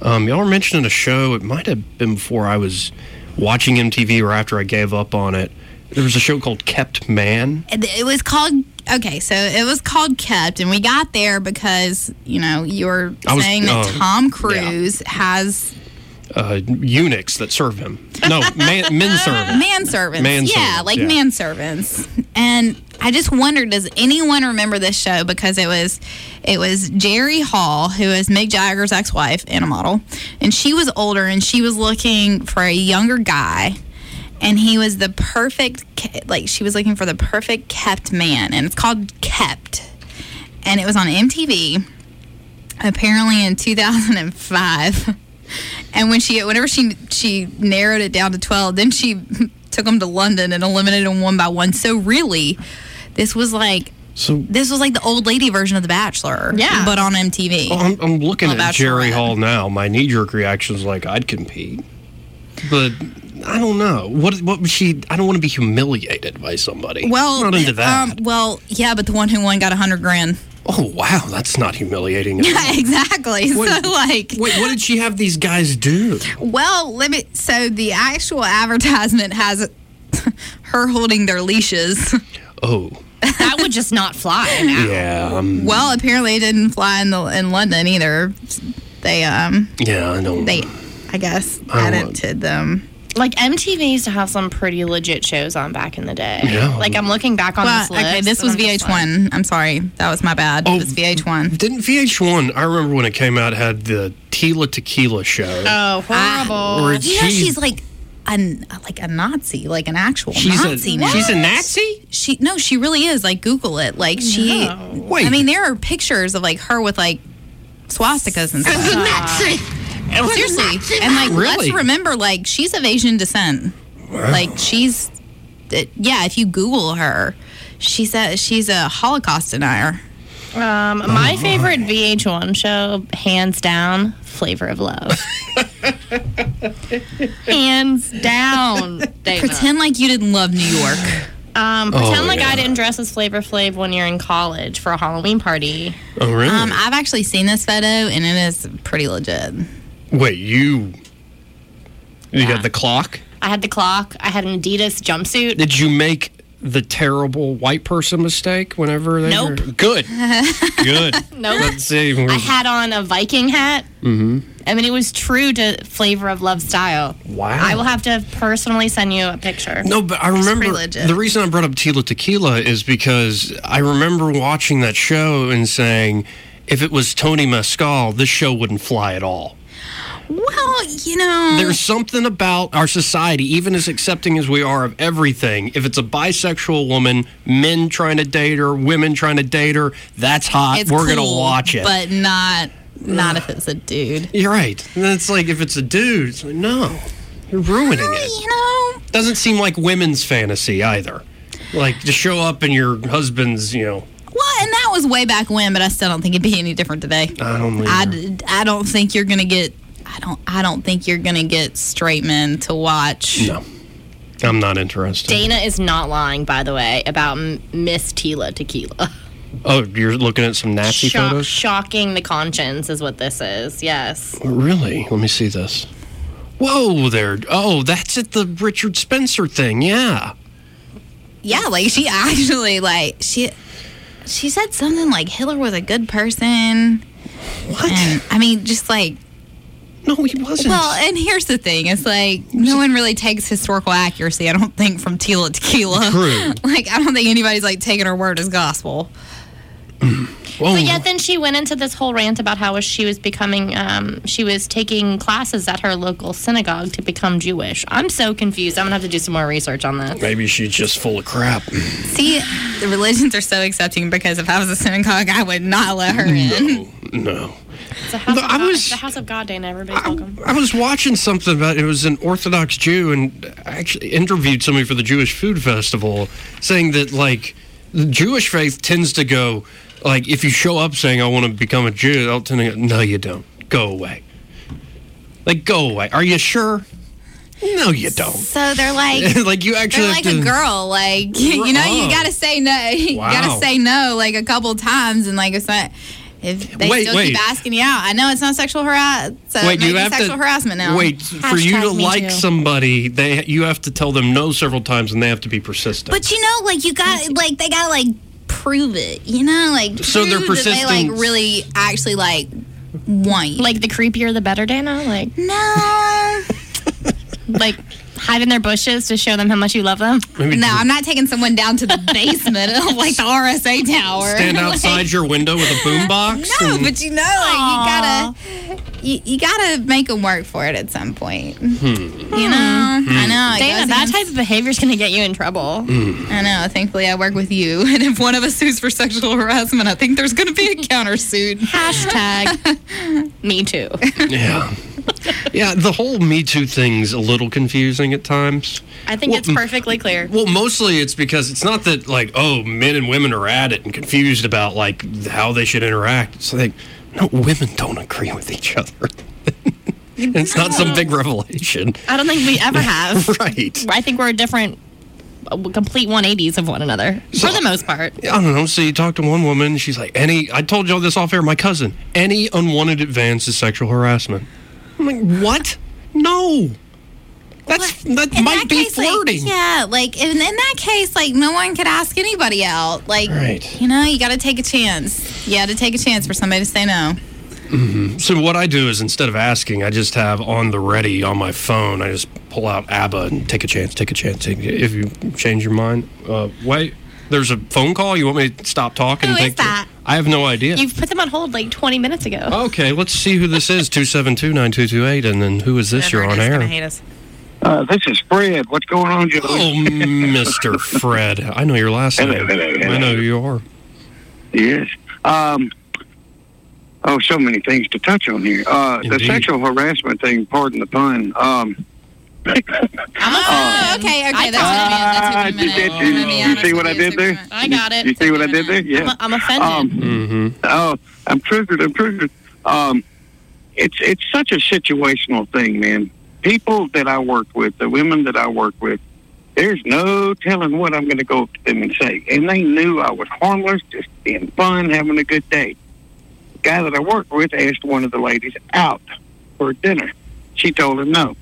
Speaker 4: Um, y'all were mentioning a show. It might have been before I was watching MTV or after I gave up on it. There was a show called Kept Man.
Speaker 7: it was called okay so it was called kept and we got there because you know you were
Speaker 4: I was-
Speaker 7: saying that
Speaker 4: oh,
Speaker 7: tom cruise has
Speaker 4: Uh, eunuchs that serve him. No, man, men serve him.
Speaker 7: manservants yeah
Speaker 4: Manservants,
Speaker 7: like
Speaker 4: yeah.
Speaker 7: manservants and i just wonder does anyone remember this show because it was it was jerry hall who is mick jagger's ex-wife and a model and she was older and she was looking for a younger guy and he was the perfect ke- like she was looking for the perfect kept man and it's called kept and it was on mtv apparently in 2005 and when she whenever she she narrowed it down to 12 then she took them to london and eliminated them one by one so really this was like
Speaker 4: So
Speaker 7: this was like the old lady version of the bachelor
Speaker 9: Yeah.
Speaker 7: but on mtv
Speaker 4: Well, I'm, I'm looking
Speaker 7: Well,
Speaker 4: at Jerry
Speaker 7: Bachelorette.
Speaker 4: Hall now. My knee jerk reaction is like, I'd compete, but I don't know. What? What was she? I don't want to be humiliated by somebody.
Speaker 7: well
Speaker 4: I'm not into that.
Speaker 7: um, well yeah but the one who won got 100 grand
Speaker 4: oh wow, that's not humiliating. At all.
Speaker 7: yeah exactly
Speaker 4: What-
Speaker 7: so like
Speaker 4: Wait, what did she have these guys do?
Speaker 7: Well, let me. So the actual advertisement has her holding their leashes.
Speaker 4: Oh,
Speaker 9: that would just not fly. now.
Speaker 4: yeah, um,
Speaker 7: Well, apparently it didn't fly in the in London either. They um
Speaker 4: yeah, I don't.
Speaker 7: they, I guess,
Speaker 4: I don't-
Speaker 7: edited them.
Speaker 9: Like MTV used to have some pretty legit shows on back in the day.
Speaker 4: Yeah.
Speaker 9: Like I'm looking back on
Speaker 7: Well,
Speaker 9: this list.
Speaker 7: okay, this
Speaker 9: and
Speaker 7: was
Speaker 9: I'm just like-
Speaker 7: VH1. I'm sorry, that was my bad.
Speaker 4: Oh.
Speaker 7: it was VH1.
Speaker 4: didn't VH1? I remember when it came out, it had the Tila Tequila show.
Speaker 9: Oh, horrible.
Speaker 4: Where
Speaker 7: You know,
Speaker 4: she-
Speaker 7: she's like
Speaker 6: Ah. an like a Nazi, like an actual
Speaker 4: She's a-
Speaker 6: Nazi. now.
Speaker 4: she's a Nazi?
Speaker 6: She no, she really is. Like Google it. Like she.
Speaker 4: Wait.
Speaker 6: I mean, there are pictures of like her with like swastikas and stuff.
Speaker 10: Ah.
Speaker 5: Nazi.
Speaker 6: Seriously, and like
Speaker 5: Really?
Speaker 6: let's remember, like she's of Asian descent. Like she's, it, yeah. If you Google her, she's a she's a Holocaust denier.
Speaker 7: Um,
Speaker 6: Oh,
Speaker 7: my favorite VH1 show, hands down, Flavor of Love. hands down. Dana.
Speaker 6: Pretend like you didn't love New York.
Speaker 7: Um,
Speaker 6: Oh,
Speaker 7: pretend like
Speaker 6: yeah.
Speaker 7: I didn't dress as Flavor Flav one year in college for a Halloween party.
Speaker 4: Oh, really?
Speaker 6: Um, I've actually seen this photo, and it is pretty legit.
Speaker 4: Wait, you. You got the clock?
Speaker 7: I had the clock. I had an Adidas jumpsuit.
Speaker 4: Did you make the terrible white person mistake whenever they
Speaker 7: Nope.
Speaker 4: were- Good. Good.
Speaker 7: Nope.
Speaker 4: Let's see.
Speaker 7: I had on a Viking hat.
Speaker 4: hmm
Speaker 7: I mean, it was true to Flavor of Love style.
Speaker 4: Wow.
Speaker 7: I will have to personally send you a picture.
Speaker 4: No, but I remember the reason I brought up Tila Tequila is because I remember watching that show and saying, if it was Tony Mescal, this show wouldn't fly at all.
Speaker 6: Well, you know,
Speaker 4: There's something about our society, even as accepting as we are of everything. If it's a bisexual woman, men trying to date her, women trying to date her, that's hot.
Speaker 6: it's
Speaker 4: We're gonna
Speaker 6: cool,
Speaker 4: watch it.
Speaker 6: but not not if it's a dude.
Speaker 4: You're right. And it's like if it's a dude, it's like, no, you're ruining it.
Speaker 6: You know,
Speaker 4: Doesn't seem like women's fantasy either. Like to show up and your husband's, you know.
Speaker 6: well, and that was way back when, but I still don't think it'd be any different today.
Speaker 4: I don't know.
Speaker 6: I, d- I don't think you're gonna get. I don't. I don't think you're gonna get straight men to watch.
Speaker 4: No, I'm not interested.
Speaker 7: Dana is not lying, by the way, about M- Miss Tila Tequila.
Speaker 4: Oh, you're looking at some nasty
Speaker 7: Shock-
Speaker 4: photos.
Speaker 7: shocking the conscience is what this is. Yes.
Speaker 4: Really? Let me see this. Whoa there. Oh, that's at the Richard Spencer thing. Yeah.
Speaker 6: Yeah, like she actually like she. She said something like Hitler was a good person.
Speaker 4: What?
Speaker 6: And, I mean, just like.
Speaker 4: No, he wasn't.
Speaker 6: Well, and here's the thing: it's like no one really takes historical accuracy. I don't think from Tila Tequila.
Speaker 7: True.
Speaker 6: like I don't think anybody's like taking her word as gospel.
Speaker 7: But yet, then she went into this whole rant about how she was becoming, um, she was taking classes at her local synagogue to become Jewish. I'm so confused. I'm gonna have to do some more research on this.
Speaker 4: Maybe she's just full of crap.
Speaker 6: See, the religions are so accepting because if I was a synagogue, I would not let her in.
Speaker 4: No.
Speaker 7: It's the house, of God, it's the house of God, Dana. Everybody's welcome.
Speaker 4: I was watching something about it was an Orthodox Jew and I actually interviewed somebody for the Jewish Food Festival saying that like the Jewish faith tends to go like if you show up saying I want to become a Jew, they'll tend to go, no you don't. Go away. Like go away. Are you sure? No you don't.
Speaker 6: So they're like,
Speaker 4: Like, you actually
Speaker 6: they're
Speaker 4: have
Speaker 6: like
Speaker 4: to-
Speaker 6: a girl. Like you know,
Speaker 4: Oh.
Speaker 6: you gotta say no. You
Speaker 4: Wow.
Speaker 6: gotta say no like a couple times, and like it's not. If they
Speaker 4: Wait,
Speaker 6: still
Speaker 4: wait.
Speaker 6: keep asking you out, I know it's not sexual harassment. So it may be sexual harassment now.
Speaker 4: wait for you to like somebody. They you have to tell them no several times, and they have to be persistent.
Speaker 6: But you know, like you got like they gotta like prove it. You know, like
Speaker 4: So they're
Speaker 6: prove that They
Speaker 4: persistent-
Speaker 6: like really actually like want you.
Speaker 7: Like the creepier the better, Dana. Like
Speaker 6: no,
Speaker 7: like hide in their bushes to show them how much you love them.
Speaker 4: Maybe
Speaker 6: no,
Speaker 4: just-
Speaker 6: I'm not taking someone down to the basement of like the RSA tower.
Speaker 4: Stand
Speaker 6: Like,
Speaker 4: outside your window with a boombox.
Speaker 6: no,
Speaker 4: and-
Speaker 6: but you know, like you gotta, you, you gotta make them work for it at some point.
Speaker 4: Hmm.
Speaker 6: You know, I know. it
Speaker 7: Dana,
Speaker 6: goes
Speaker 7: that
Speaker 6: against-
Speaker 7: type of behavior is going to get you in trouble.
Speaker 4: Hmm.
Speaker 6: I know. Thankfully, I work with you, and if one of us sues for sexual harassment, I think there's going to be a countersuit.
Speaker 7: Hashtag me too.
Speaker 4: Yeah. yeah, the whole Me Too thing's a little confusing at times.
Speaker 7: I think
Speaker 4: Well,
Speaker 7: it's perfectly clear.
Speaker 4: Well, mostly it's because it's not that like, oh, men and women are at it and confused about like how they should interact. It's like, no, women don't agree with each other. it's not some big revelation.
Speaker 7: I don't think we ever have.
Speaker 4: right.
Speaker 7: I think we're different, uh, complete 180s of one another for the most part.
Speaker 4: I don't know. So you talk to one woman, she's like, any, I told y'all this off air, my cousin, any unwanted advance is sexual harassment. I'm like, what? No. That's, that
Speaker 6: In
Speaker 4: might
Speaker 6: that
Speaker 4: be
Speaker 6: case, like,
Speaker 4: flirting.
Speaker 6: yeah, like in, in that case, like no one could ask anybody out. Like
Speaker 4: Right.
Speaker 6: you know, you got to take a chance. You got to take a chance for somebody to say no.
Speaker 4: hmm So what I do is instead of asking, I just have on the ready on my phone. I just pull out ABBA and take a chance, take a chance. Take a, if you change your mind, uh, wait. There's a phone call. You want me to stop talking?
Speaker 7: Who
Speaker 4: and
Speaker 7: is
Speaker 4: take the-
Speaker 7: that?
Speaker 4: I have no idea.
Speaker 7: You've put them on hold like 20 minutes ago.
Speaker 4: okay, let's see who this is. Two seven two nine two two eight, and then who is this? You're on air.
Speaker 7: hate us.
Speaker 10: Uh, this is Fred. What's going on, Joe?
Speaker 4: Oh, Mr. Fred. I know your last name.
Speaker 10: Hello, hello, hello.
Speaker 4: I know who you are.
Speaker 10: Yes. Um, oh, so many things to touch on here. Uh, the
Speaker 4: Indeed.
Speaker 10: sexual harassment thing, pardon the pun. Um,
Speaker 6: Oh, okay, okay, that's
Speaker 10: I
Speaker 6: gonna be, that's gonna be a
Speaker 10: did
Speaker 6: minute.
Speaker 10: that. You, you
Speaker 4: Mm-hmm.
Speaker 10: see what I did there?
Speaker 7: I got it.
Speaker 10: You see what I did there? Yeah. Um,
Speaker 7: I'm offended.
Speaker 10: Oh, I'm triggered. I'm triggered. Um, it's it's such a situational thing, man. People that I work with, the women that I work with, there's no telling what I'm going to go up to them and say. And they knew I was harmless, just being fun, having a good day. The guy that I work with asked one of the ladies out for dinner. She told him no.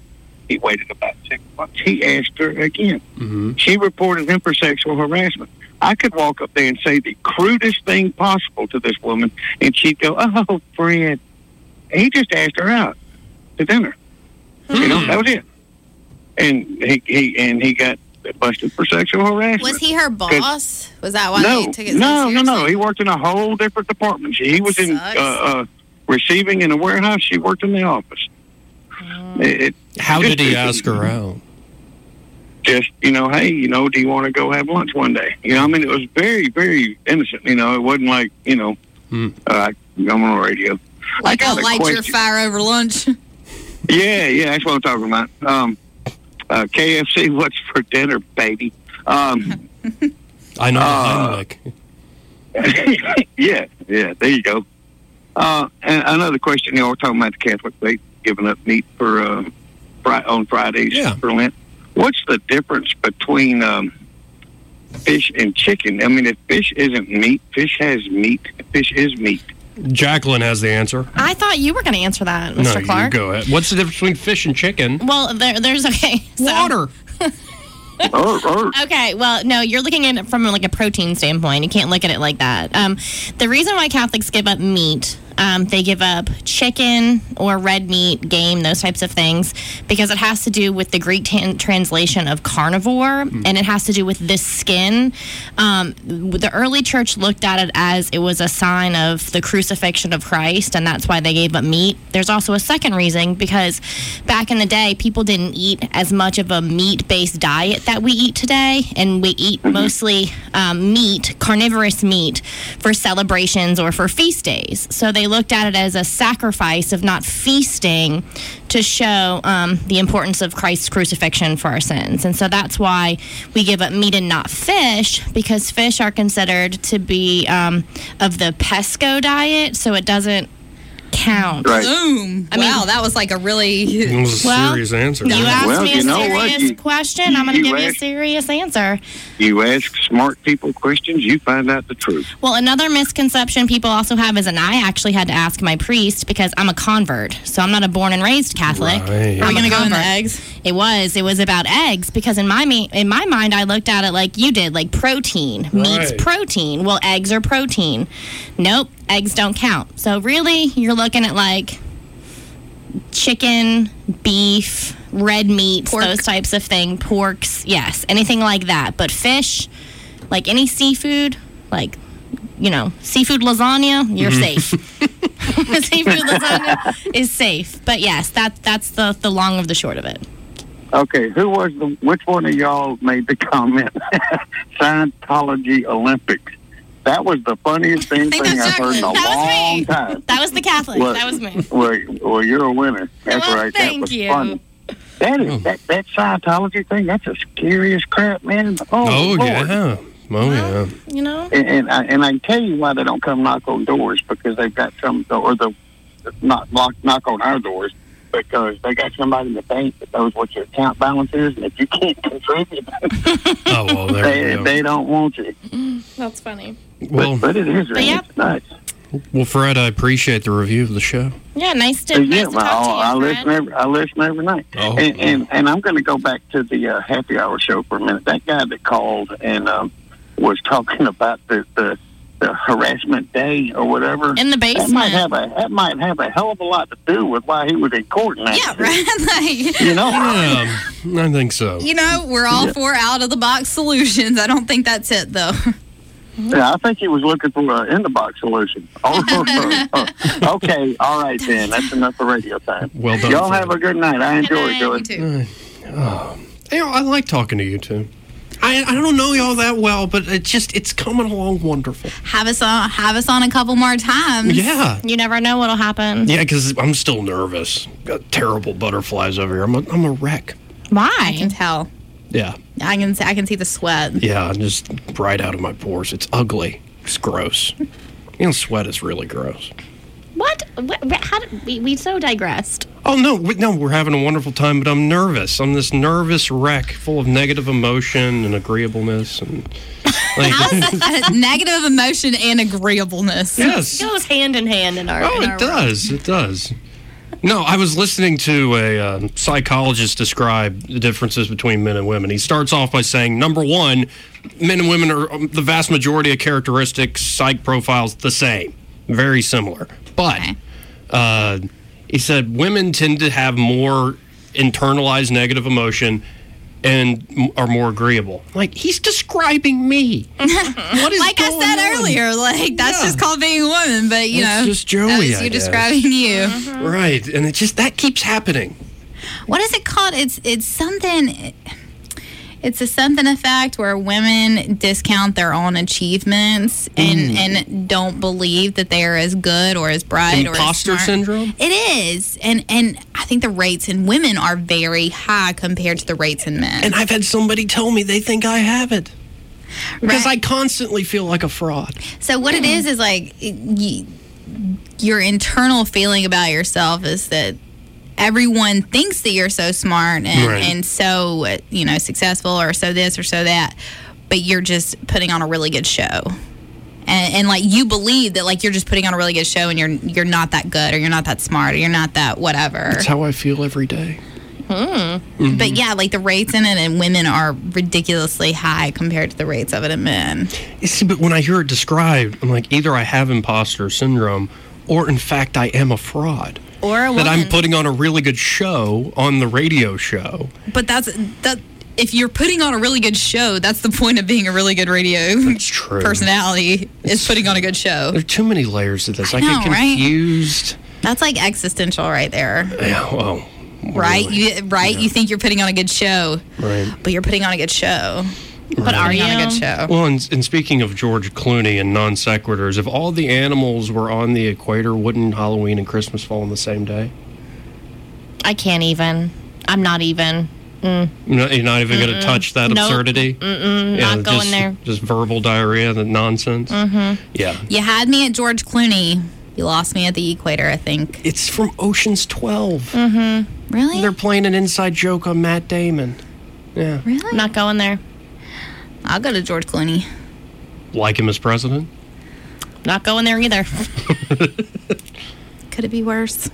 Speaker 10: He waited about six months. He asked her again. She reported him for sexual harassment. I could walk up there and say the crudest thing possible to this woman, and she'd go, "Oh, Fred, he just asked her out to dinner." You know, that was it. And he, he and he got busted for sexual harassment.
Speaker 6: Was he her boss? Was that why
Speaker 10: no,
Speaker 6: they took it so
Speaker 10: no, no, no. He worked in a whole different department. He was in uh,
Speaker 6: Sucks.
Speaker 10: uh, receiving in a warehouse. She worked in the office. It- it-
Speaker 4: How
Speaker 10: just-
Speaker 4: did he
Speaker 10: it-
Speaker 4: ask her out?
Speaker 10: just you know, hey, you know, do you want to go have lunch one day? You know, I mean, it was very, very innocent. You know, it wasn't like you know,
Speaker 4: Hmm.
Speaker 10: uh, I'm on the radio.
Speaker 6: Like
Speaker 10: I
Speaker 6: I'll
Speaker 10: got a
Speaker 6: light your
Speaker 10: question.
Speaker 6: fire over lunch.
Speaker 10: Yeah, yeah, that's what I'm talking about. Um, uh, KFC, what's for dinner, baby? Um,
Speaker 4: I know.
Speaker 10: Uh, yeah, yeah, there you go. Uh, and another question, you know, we're talking about the Catholic faith giving up meat for uh, fri- on Fridays for Lent. What's the difference between um, fish and chicken? I mean, if fish isn't meat, fish has meat. Fish is meat.
Speaker 4: Jacqueline has the answer.
Speaker 7: I thought you were going to answer that,
Speaker 4: no,
Speaker 7: Mr. Clark.
Speaker 4: you go ahead. What's the difference between fish and chicken?
Speaker 7: Well, there, there's okay. So, Water.
Speaker 10: Oh,
Speaker 7: Okay. Well, no, you're looking at it from like a protein standpoint. You can't look at it like that. Um, the reason why Catholics give up meat, um, they give up chicken or red meat, game, those types of things, because it has to do with the Greek tan- translation of carnivore, and it has to do with this skin. Um, the early church looked at it as it was a sign of the crucifixion of Christ, and that's why they gave up meat. There's also a second reason because back in the day, people didn't eat as much of a meat based diet that we eat today, and we eat mostly um, meat, carnivorous meat, for celebrations or for feast days. So they looked at it as a sacrifice of not feasting to show um, the importance of Christ's crucifixion for our sins. And so that's why we give up meat and not fish, because fish are considered to be um, of the pesco diet, so it doesn't count.
Speaker 6: Right. Boom. wow, that was like a really
Speaker 4: It was a
Speaker 7: Well,
Speaker 4: serious answer.
Speaker 7: You asked
Speaker 10: Well,
Speaker 7: me
Speaker 10: you
Speaker 7: a
Speaker 10: know what?
Speaker 7: serious
Speaker 10: You-
Speaker 7: question. I'm going to
Speaker 10: you
Speaker 7: give you a
Speaker 10: asked-
Speaker 7: serious answer.
Speaker 10: You ask smart people questions, you find out the truth.
Speaker 7: Well, another misconception people also have is, and I actually had to ask my priest because I'm a convert, so I'm not a born and raised Catholic.
Speaker 6: Right. Are we
Speaker 7: I'm a
Speaker 6: gonna go into
Speaker 7: convert.
Speaker 6: eggs?
Speaker 7: It was. It was about eggs because in my ma- in my mind, I looked at it like you did, like protein. Meat's
Speaker 6: Right.
Speaker 7: protein. Well, eggs are protein. Nope, eggs don't count. So really, you're looking at like chicken, beef, red meats, those types of thing, porks, yes, anything like that. But fish, like any seafood, like you know, seafood lasagna, you're
Speaker 10: Mm-hmm.
Speaker 6: Mhm.
Speaker 7: safe. seafood lasagna is safe. But yes, that that's the the long of the short of it.
Speaker 10: oh, Okay, who was the? Which one of y'all made the comment? Scientology Olympics. That was the funniest thing, thing I've heard in a long time.
Speaker 7: That was the Catholic.
Speaker 10: Look.
Speaker 7: That was me.
Speaker 10: Well, well, you're a winner. That's
Speaker 7: Well,
Speaker 10: right. that
Speaker 7: thank
Speaker 10: was
Speaker 7: you.
Speaker 10: funny. That is that, that Scientology thing. That's the scariest crap, man. Oh,
Speaker 4: Oh,
Speaker 10: Lord.
Speaker 4: yeah. Oh, yeah.
Speaker 7: You know.
Speaker 10: And, and I and I can tell you why they don't come knock on doors because they've got some or the not knock knock on our doors because they got somebody in the bank that knows what your account balance is, and if you can't contribute,
Speaker 4: oh well, there
Speaker 10: they,
Speaker 4: you go.
Speaker 10: they don't want you.
Speaker 7: That's funny.
Speaker 4: Well,
Speaker 10: but it is.
Speaker 7: But yeah.
Speaker 10: It's nice.
Speaker 4: Well, Fred, I appreciate the review of the show.
Speaker 7: Yeah, nice to,
Speaker 10: Yeah,
Speaker 7: nice to
Speaker 10: well, oh,
Speaker 7: talk to you.
Speaker 10: I, I listen every I listen every night.
Speaker 4: Oh.
Speaker 10: and, and and I'm going to go back to the uh, happy hour show for a minute. That guy that called and um, was talking about the, the the harassment day or whatever
Speaker 7: In the
Speaker 10: That might
Speaker 7: basement.
Speaker 10: have a that might have a hell of a lot to do with why he was in court. Now. Yeah,
Speaker 6: right. like,
Speaker 10: You know.
Speaker 4: Yeah, I think so.
Speaker 6: you know, we're all for out of the box solutions. I don't think that's it though.
Speaker 10: Yeah, I think he was looking for an in the box solution. Oh, okay, all right then. That's enough for radio time.
Speaker 4: Well done,
Speaker 10: Y'all
Speaker 4: Fred.
Speaker 10: have a good night. I enjoyed it.
Speaker 4: All right. Oh. You know, I like talking to you two. I, I don't know y'all that well, but it just it's coming along wonderful.
Speaker 7: Have us on, have us on a couple more times.
Speaker 4: Yeah.
Speaker 8: You never know what'll happen.
Speaker 4: Yeah, because I'm still nervous. Got terrible butterflies over here. I'm a, I'm a wreck.
Speaker 8: Why?
Speaker 7: I can tell.
Speaker 4: Yeah,
Speaker 7: I can I can see the sweat.
Speaker 4: yeah, I'm just right out of my pores. It's ugly. It's gross. You know, sweat is really gross.
Speaker 8: What? what what- how did, we, we so digressed.
Speaker 4: Oh no, we, no, we're having a wonderful time, but I'm nervous. I'm this nervous wreck, full of negative emotion and agreeableness, and like,
Speaker 7: Uh, Negative emotion and agreeableness.
Speaker 4: Yes. It
Speaker 8: goes hand in hand in our.
Speaker 4: oh, it does, it does. No, I was listening to a um, psychologist describe the differences between men and women. He starts off by saying, number one, men and women are um, the vast majority of characteristics, psych profiles, the same, very similar. But uh, he said women tend to have more internalized negative emotion and m- are more agreeable. Like he's describing me.
Speaker 7: like I said earlier, like that's just called being a woman. But you
Speaker 4: That's
Speaker 7: know,
Speaker 4: just Joey,
Speaker 7: that was
Speaker 4: I
Speaker 7: you
Speaker 4: guess.
Speaker 7: describing you.
Speaker 4: Right, and it just that keeps happening.
Speaker 7: What is it called? It's it's something. It's a something effect where women discount their own achievements
Speaker 4: Mm.
Speaker 7: and and don't believe that they are as good or as bright or as
Speaker 4: Imposter
Speaker 7: smart.
Speaker 4: syndrome?
Speaker 7: It is, and and I think the rates in women are very high compared to the rates in men.
Speaker 4: And I've had somebody tell me they think I have it. Because I constantly feel like a fraud.
Speaker 7: So what it is is like it- y- your internal feeling about yourself is that everyone thinks that you're so smart and,
Speaker 8: Right.
Speaker 7: and so uh, you know successful or so this or so that, but you're just putting on a really good show. And, and like you believe that like you're just putting on a really good show and you're you're not that good or you're not that smart or you're not that whatever.
Speaker 4: That's how I feel every day. Mhm.
Speaker 7: But yeah, like the rates in it in women are ridiculously high compared to the rates of it in men.
Speaker 4: You see, but when I hear it described, I'm like, either I have imposter syndrome, or in fact, I am a fraud.
Speaker 7: Or a
Speaker 4: that I'm
Speaker 7: woman.
Speaker 4: putting on a really good show on the radio show.
Speaker 7: But that's that. If you're putting on a really good show, that's the point of being a really good radio
Speaker 4: true.
Speaker 7: personality is putting on a good show.
Speaker 4: There are too many layers to this. I,
Speaker 7: I
Speaker 4: get
Speaker 7: know, right?
Speaker 4: confused.
Speaker 7: That's like existential right there,
Speaker 4: Yeah, well,
Speaker 7: right? You right? You think you're putting on a good show,
Speaker 4: right.
Speaker 7: but you're putting on a good show.
Speaker 4: But
Speaker 7: are you on a good show?
Speaker 4: Well, and, and speaking of George Clooney and non sequiturs, if all the animals were on the equator, wouldn't Halloween and Christmas fall on the same day?
Speaker 8: I can't even. I'm not even. Mm.
Speaker 4: You're not, you're not even going to
Speaker 8: Mm-mm.
Speaker 4: touch that
Speaker 8: Nope.
Speaker 4: absurdity.
Speaker 8: Mm-mm,
Speaker 4: Yeah,
Speaker 8: not going
Speaker 4: just,
Speaker 8: there.
Speaker 4: Just verbal diarrhea, the nonsense.
Speaker 7: Mm-hmm.
Speaker 4: Yeah.
Speaker 7: You had me at George Clooney. You lost me at the equator. I think
Speaker 4: it's from Ocean's Twelve.
Speaker 7: Mm-hmm. Really?
Speaker 4: They're playing an inside joke on Matt Damon. Yeah.
Speaker 7: Really?
Speaker 8: Not going there.
Speaker 7: I'll go to George Clooney.
Speaker 4: Like him as president?
Speaker 8: Not going there either.
Speaker 7: Could it be worse?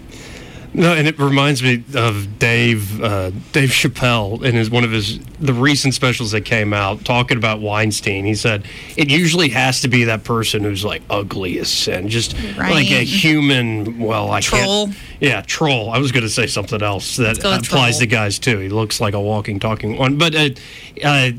Speaker 4: No, and it reminds me of Dave uh, Dave Chappelle in his one of his the recent specials that came out talking about Weinstein. He said it usually has to be that person who's like ugly as sin, just like a
Speaker 11: Right.
Speaker 4: human. Well, I
Speaker 11: Troll.
Speaker 4: Can't, yeah, troll. I was going to say something else that
Speaker 11: go with
Speaker 4: Uh, applies
Speaker 11: troll.
Speaker 4: to guys too. He looks like a walking talking one, but. Uh, uh,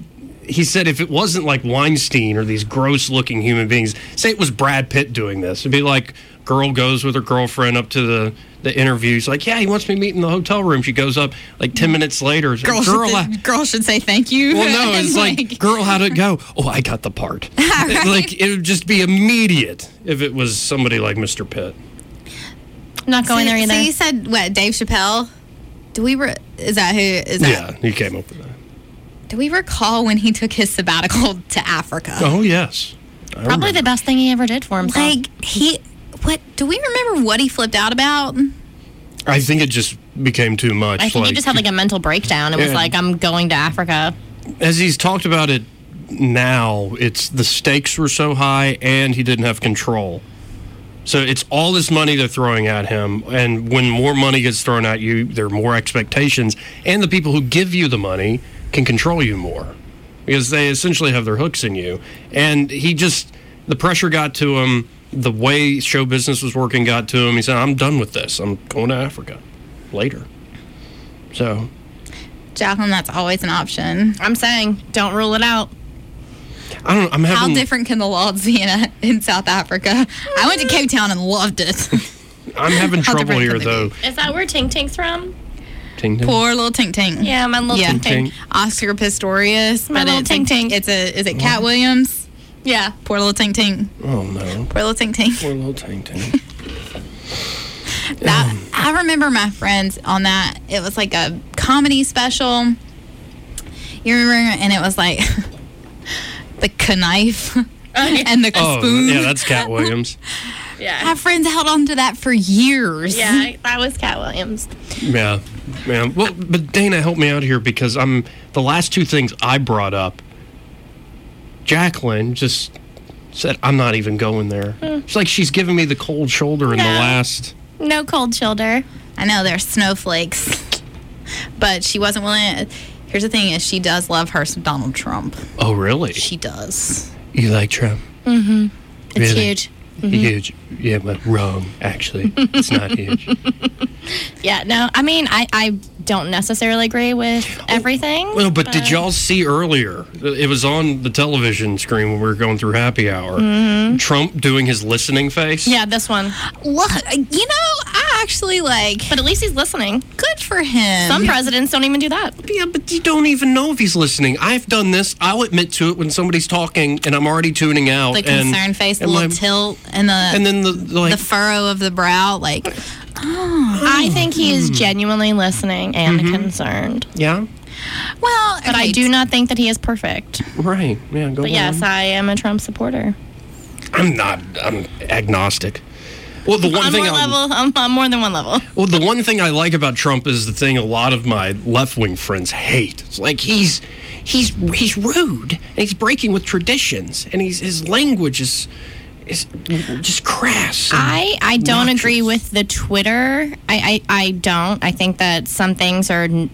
Speaker 4: he said if it wasn't like Weinstein or these gross looking human beings, say it was Brad Pitt doing this, it'd be like girl goes with her girlfriend up to the the interview. She's like, yeah, he wants me to meet in the hotel room. She goes up like ten minutes later. it's like,
Speaker 7: Girl,
Speaker 4: girl,
Speaker 7: should,
Speaker 4: I-
Speaker 7: girl should say thank you.
Speaker 4: well, no,
Speaker 7: And,
Speaker 4: it's like, girl, how'd it go? Oh, I got the part. It- like it would just be immediate if it was somebody like Mr. Pitt.
Speaker 8: Not
Speaker 7: going
Speaker 8: there either.
Speaker 7: So you said what? Dave Chappelle? Do we? Re- is that who? Is that?
Speaker 4: yeah, he came up with that.
Speaker 7: Do we recall when he took his sabbatical to Africa?
Speaker 4: Oh yes, I
Speaker 8: Probably the best thing he ever did for himself.
Speaker 7: Like he, what? Do we remember what he flipped out about?
Speaker 4: I think it just became too much.
Speaker 8: I think he just had like a mental breakdown and was
Speaker 4: Yeah.
Speaker 8: like, I'm going to Africa.
Speaker 4: as he's talked about it now, it's the stakes were so high and he didn't have control. So it's all this money they're throwing at him, and when more money gets thrown at you, there are more expectations, and the people who give you the money can control you more because they essentially have their hooks in you. And he just the pressure got to him, the way show business was working got to him. He said, "I'm done with this. I'm going to Africa later." So
Speaker 7: Jacqueline, that's always an option.
Speaker 8: I'm saying, don't rule it out.
Speaker 4: I don't. know. I'm
Speaker 7: How
Speaker 4: having
Speaker 7: different can the laws be in, in South Africa? I went to Cape Town and loved it.
Speaker 4: I'm having
Speaker 7: How
Speaker 4: trouble
Speaker 7: different
Speaker 4: here
Speaker 7: could they
Speaker 4: though.
Speaker 8: Is that where Ting Ting's from?
Speaker 4: Ting Ting.
Speaker 6: Poor little Tink Tink.
Speaker 7: Yeah, my little Tink Tink.
Speaker 6: Oscar Pistorius.
Speaker 7: My
Speaker 6: but
Speaker 7: little
Speaker 6: it's
Speaker 7: Tink
Speaker 6: a,
Speaker 7: Tink.
Speaker 6: It's a. Is it Cat Williams? Yeah. Poor little Tink Tink.
Speaker 4: Oh no.
Speaker 6: Poor little Tink Tink.
Speaker 4: Poor little Tink Tink.
Speaker 6: That I remember my friends on that. It was like a comedy special. You remember? And it was like the knife and the
Speaker 4: oh,
Speaker 6: spoon.
Speaker 4: yeah, that's Cat Williams.
Speaker 7: Yeah.
Speaker 6: My friends held onto that for years.
Speaker 7: Yeah, that was Cat Williams.
Speaker 4: Yeah, yeah. Well, but Dana, help me out here because I'm the last two things I brought up. Jacqueline just said, "I'm not even going there."
Speaker 7: Mm.
Speaker 4: It's like she's giving me the cold shoulder in the
Speaker 6: No.
Speaker 4: last.
Speaker 7: No cold shoulder.
Speaker 6: I know they're snowflakes, but she wasn't willing. Here's the thing: is she does love her some Donald Trump.
Speaker 4: Oh, really?
Speaker 6: She does.
Speaker 4: You like Trump?
Speaker 6: Mm-hmm. It's
Speaker 4: Really?
Speaker 6: huge.
Speaker 4: Huge. Yeah, but wrong. Actually, it's not huge.
Speaker 7: Yeah, no, I mean, I, I don't necessarily agree with everything.
Speaker 4: Well, but did y'all see earlier? It was on the television screen when we were going through happy hour.
Speaker 7: Mhm.
Speaker 4: Trump doing his listening face.
Speaker 7: Yeah, this one.
Speaker 6: Look, uh, you know, I actually like.
Speaker 7: But at least he's listening.
Speaker 6: Good for him.
Speaker 7: Some presidents don't even do that.
Speaker 4: Yeah, but you don't even know if he's listening. I've done this. I'll admit to it when somebody's talking and I'm already tuning out.
Speaker 6: The
Speaker 4: and-
Speaker 6: concern face, the
Speaker 4: and
Speaker 6: little
Speaker 4: my-
Speaker 6: tilt, and the
Speaker 4: And then the, like,
Speaker 6: the furrow of the brow, like. Oh.
Speaker 7: I think he is genuinely listening and
Speaker 4: Mhm.
Speaker 7: concerned.
Speaker 4: yeah,
Speaker 6: Well,
Speaker 7: But I do not think that he is perfect.
Speaker 4: right. Yeah, go.
Speaker 7: But yes,
Speaker 4: on.
Speaker 7: I am a Trump supporter.
Speaker 4: I'm not. I'm agnostic. Well, the one
Speaker 7: on
Speaker 4: thing
Speaker 7: more
Speaker 4: I
Speaker 7: level, on, on more than one level.
Speaker 4: well, the one thing I like about Trump is the thing a lot of my left wing friends hate. It's like he's he's he's rude and he's breaking with traditions and he's his language is is just crass. and-
Speaker 7: I, I don't agree with the Twitter. I, I, I don't. I think that some things are, n-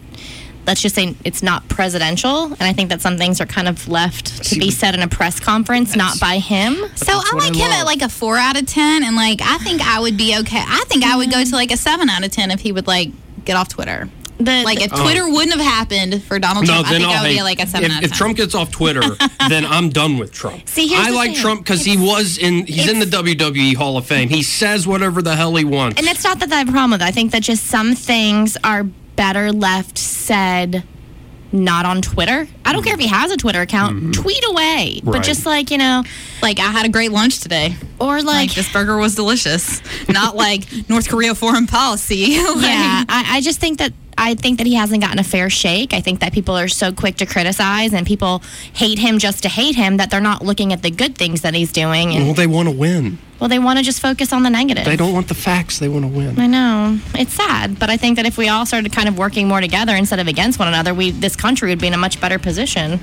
Speaker 7: let's just say it's not presidential. And I think that some things are kind of left to be said in a press conference, not by him.
Speaker 6: So I like him at like a four out of ten, and like I think I would be okay. I think I would go to like a seven out of ten if he would like get off Twitter. like if
Speaker 4: Oh.
Speaker 6: Twitter wouldn't have happened for Donald
Speaker 4: No,
Speaker 6: Trump, I
Speaker 4: then
Speaker 6: think
Speaker 4: I'll
Speaker 6: I would
Speaker 4: hate.
Speaker 6: be like a seven out
Speaker 4: if,
Speaker 6: of
Speaker 4: if
Speaker 6: ten.
Speaker 4: Trump gets off Twitter, then I'm done with Trump.
Speaker 6: See, here's
Speaker 4: I
Speaker 6: the
Speaker 4: like
Speaker 6: thing.
Speaker 4: Trump because he was in. He's in the WWE Hall of Fame. He says whatever the hell he wants.
Speaker 7: And it's not that I have a problem with it. I think that just some things are better left said not on Twitter. I don't care if he has a Twitter account. Tweet away. But
Speaker 6: Right.
Speaker 7: just like, you know,
Speaker 6: like I had a great lunch today.
Speaker 7: Or like,
Speaker 6: this burger was delicious. Not like North Korea foreign policy. Like-
Speaker 7: yeah, I, I just think that I think that he hasn't gotten a fair shake. I think that people are so quick to criticize and people hate him just to hate him that they're not looking at the good things that he's doing. And
Speaker 4: well, they want to win.
Speaker 7: well, they want to just focus on the negative.
Speaker 4: They don't want the facts. They want to win.
Speaker 7: I know it's sad, but I think that if we all started kind of working more together instead of against one another, we this country would be in a much better position.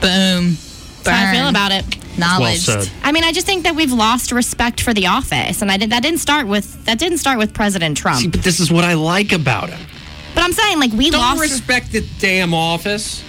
Speaker 6: Boom.
Speaker 7: That's how I feel
Speaker 6: Burn.
Speaker 7: about it.
Speaker 6: Knowledge. Well said.
Speaker 7: I mean, I just think that we've lost respect for the office, and I did, that didn't start with that didn't start with President Trump.
Speaker 4: See, but this is what I like about him.
Speaker 7: but I'm saying like we
Speaker 4: don't
Speaker 7: lost
Speaker 4: respect the damn office.